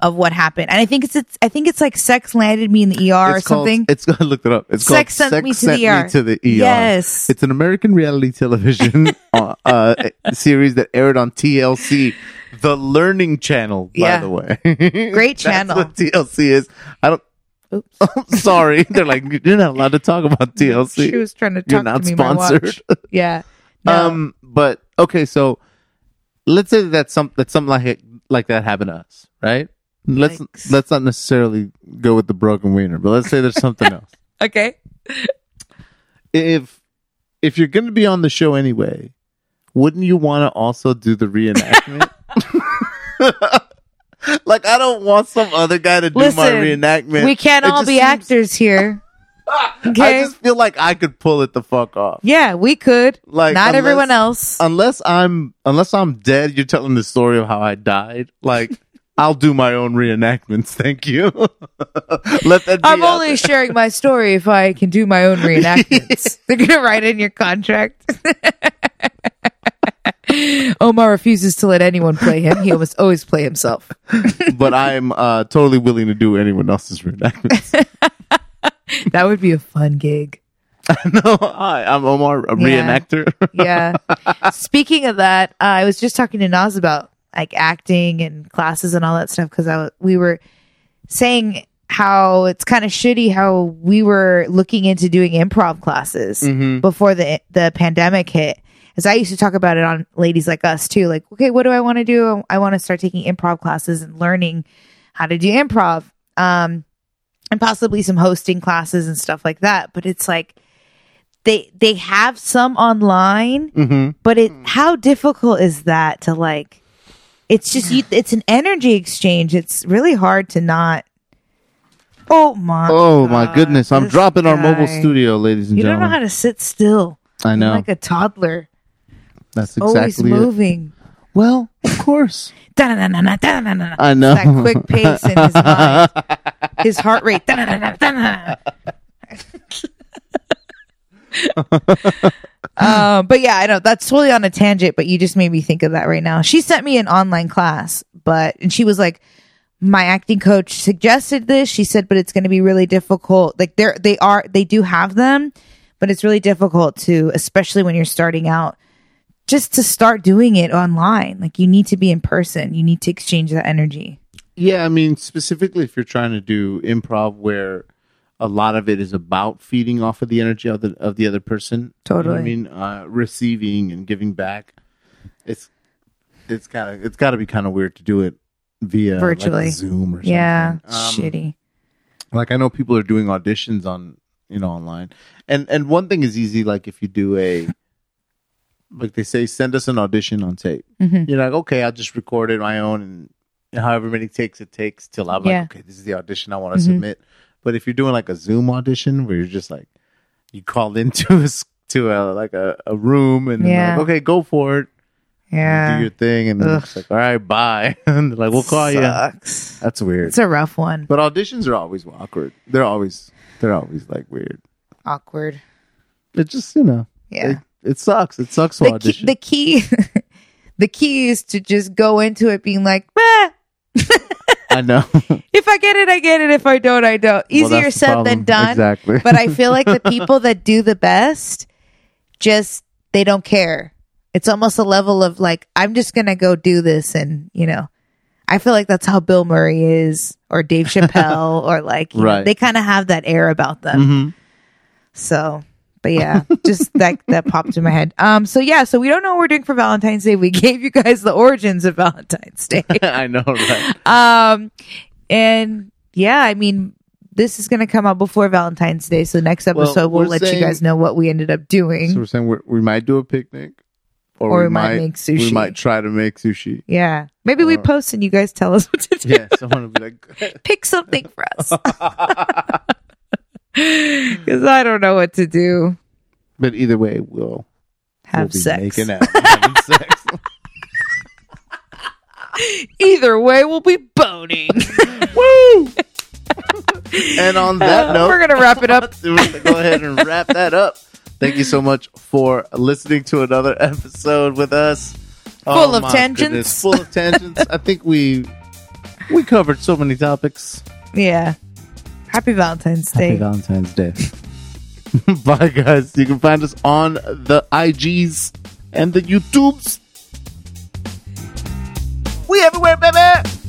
S1: of what happened. And I think it's, it's I think it's like sex landed me in the ER or
S2: It's called-
S1: something.
S2: It's [laughs] I looked it up. It's
S1: Sex
S2: called
S1: Sent Me to
S2: Sex Sent
S1: the ER.
S2: Me to the ER.
S1: Yes.
S2: It's an American reality
S1: [laughs]
S2: television uh, uh, series that aired on TLC, the Learning Channel. By
S1: Yeah. [laughs]
S2: the way,
S1: Great
S2: That's
S1: channel.
S2: what TLC is. I don't.
S1: Oops.
S2: [laughs] I'm sorry. They're like you're not allowed to talk about
S1: She
S2: TLC.
S1: was trying to
S2: You're
S1: talk
S2: not
S1: to me my
S2: sponsored. [laughs]
S1: watch. Yeah. No.
S2: Um, but okay, so let's say that that's some that something like like that happened to us, right? Let's
S1: Yikes.
S2: let's not necessarily go with the broken wiener, but let's say
S1: [laughs]
S2: there's something else.
S1: Okay.
S2: If if you're going to be on the show anyway, wouldn't you want to also do
S1: [laughs]
S2: the reenactment? [laughs] like I don't want some other guy to do my
S1: Listen,
S2: reenactment.
S1: we can't
S2: It
S1: all
S2: just
S1: be
S2: seems-
S1: actors here.
S2: [laughs] I
S1: Okay.
S2: just feel like I could pull it the fuck off.
S1: yeah, we could.
S2: Like
S1: Not
S2: unless-
S1: everyone else.
S2: Unless I'm unless I'm dead, you're telling the story of how I died.
S1: [laughs]
S2: Like I'll do my own reenactments. Thank you. [laughs] Let that. Be
S1: I'm
S2: out
S1: only [laughs] sharing my story if I can do my own reenactments. They're gonna write in your contract. [laughs] Omar refuses to let anyone play him. He almost always play himself.
S2: there. but I'm uh, totally willing to do anyone else's reenactments.
S1: That would be a fun gig.
S2: [laughs] no, hi, I'm Omar, a
S1: Yeah.
S2: reenactor. [laughs]
S1: Yeah. Speaking of that, uh, I was just talking to Nas about like acting and classes and all that stuff because I w- we were saying how it's kind of shitty how we were looking into doing improv classes.
S2: mm-hmm.
S1: before the the pandemic hit as i used to talk about it on ladies like us too like okay what do i want to do i want to start taking improv classes and learning how to do improv um and possibly some hosting classes and stuff like that but it's like they they have some online
S2: Mm-hmm.
S1: but it how difficult is that to like it's just you, it's an energy exchange it's really hard to not oh my
S2: Oh my goodness! I'm
S1: this
S2: dropping our mobile
S1: guy.
S2: studio, ladies and
S1: you don't know
S2: gentlemen.
S1: how to sit still
S2: I know
S1: like a toddler
S2: that's exactly
S1: always
S2: it.
S1: moving.
S2: Well,
S1: [laughs]
S2: of course,
S1: Da-na-na-na, da-na-na-na.
S2: I know.
S1: It's that quick pace in his mind, his heart rate. [laughs] Da-na-na-na, da-na-na. um, but yeah, I know that's totally on a tangent, but you just made me think of that right now. She sent me an online class, but and she was like, my acting coach suggested this. She said, but it's going to be really difficult. Like they're they are they do have them, but it's really difficult to, especially when you're starting out, just to start doing it online. Like you need to be in person. You need to exchange that energy.
S2: Yeah, I mean, specifically if you're trying to do improv where a lot of it is about feeding off of the energy of the of the other person. You know what
S1: Totally.
S2: I mean, uh, receiving and giving back. It's it's kind of it's got to be kind of weird to do it via like,
S1: Virtually.
S2: Zoom or something.
S1: Yeah,
S2: Um,
S1: shitty.
S2: like I know people are doing auditions on you know online, and and one thing is easy. Like if you do a like they say, send us an audition on tape.
S1: Mhm.
S2: You're like, okay, I'll just record it my own, and however many takes it takes till I'm
S1: Yeah.
S2: like, okay, this is the audition I want to
S1: Mhm.
S2: submit. But if you're doing like a Zoom audition where you're just like you called into a s- to a like a, a room and they're
S1: Yeah.
S2: like, okay, go for it,
S1: Yeah,
S2: do your thing, and then
S1: Ugh.
S2: it's like, all right, bye, [laughs] and they're like, we'll call you.
S1: Sucks.
S2: That's weird.
S1: It's a rough one.
S2: But auditions are always awkward. They're always they're always like weird.
S1: Awkward.
S2: It just you know
S1: Yeah.
S2: it, it sucks. It sucks to
S1: the key,
S2: audition.
S1: the key, [laughs] the key is to just go into it being like, "Ah,
S2: I know. [laughs] Well,
S1: if I get it, I get it. If I don't, I don't. Easier
S2: that's the
S1: said
S2: problem.
S1: than done.
S2: [laughs] Exactly.
S1: but I feel like the people that do the best just they don't care. It's almost a level of like I'm just gonna go do this, and you know, I feel like that's how Bill Murray is, or
S2: [laughs]
S1: Dave Chappelle, or like you know,
S2: Right.
S1: they kind of have that air about them.
S2: Mhm.
S1: So, but yeah,
S2: [laughs]
S1: just that that popped in my head. Um, so yeah, so we don't know what we're doing for Valentine's Day. We [laughs] gave you guys the origins of Valentine's
S2: [laughs]
S1: Day.
S2: I know. Right?
S1: Um, and yeah, I mean, this is going to come out before Valentine's Day, so next
S2: Well,
S1: episode we'll,
S2: we're
S1: let
S2: saying-
S1: you guys know what we ended up doing.
S2: So we're saying we're, we might do a picnic,
S1: Or we might make sushi.
S2: We might try to make sushi.
S1: yeah, maybe we
S2: Or-
S1: post and you guys tell us [laughs] what to do.
S2: Yeah, someone would be like, [laughs]
S1: Pick something for us. Because I don't know what to do.
S2: but either way, we'll we'll
S1: Have
S2: be
S1: sex.
S2: making out, and having
S1: [laughs]
S2: sex.
S1: Either way, we'll be boning.
S2: Woo! and
S1: [laughs]
S2: on that note,
S1: Oh, We're going to wrap it up.
S2: We're gonna go ahead and wrap that up. Thank you so much for listening to another episode with us. Oh
S1: Full of
S2: my
S1: tangents.
S2: Full of tangents. I think we we covered so many topics.
S1: Yeah. Happy Valentine's Day.
S2: Valentine's Day. [laughs] Bye guys. You can find us on the IGs and the YouTubes. We everywhere, baby!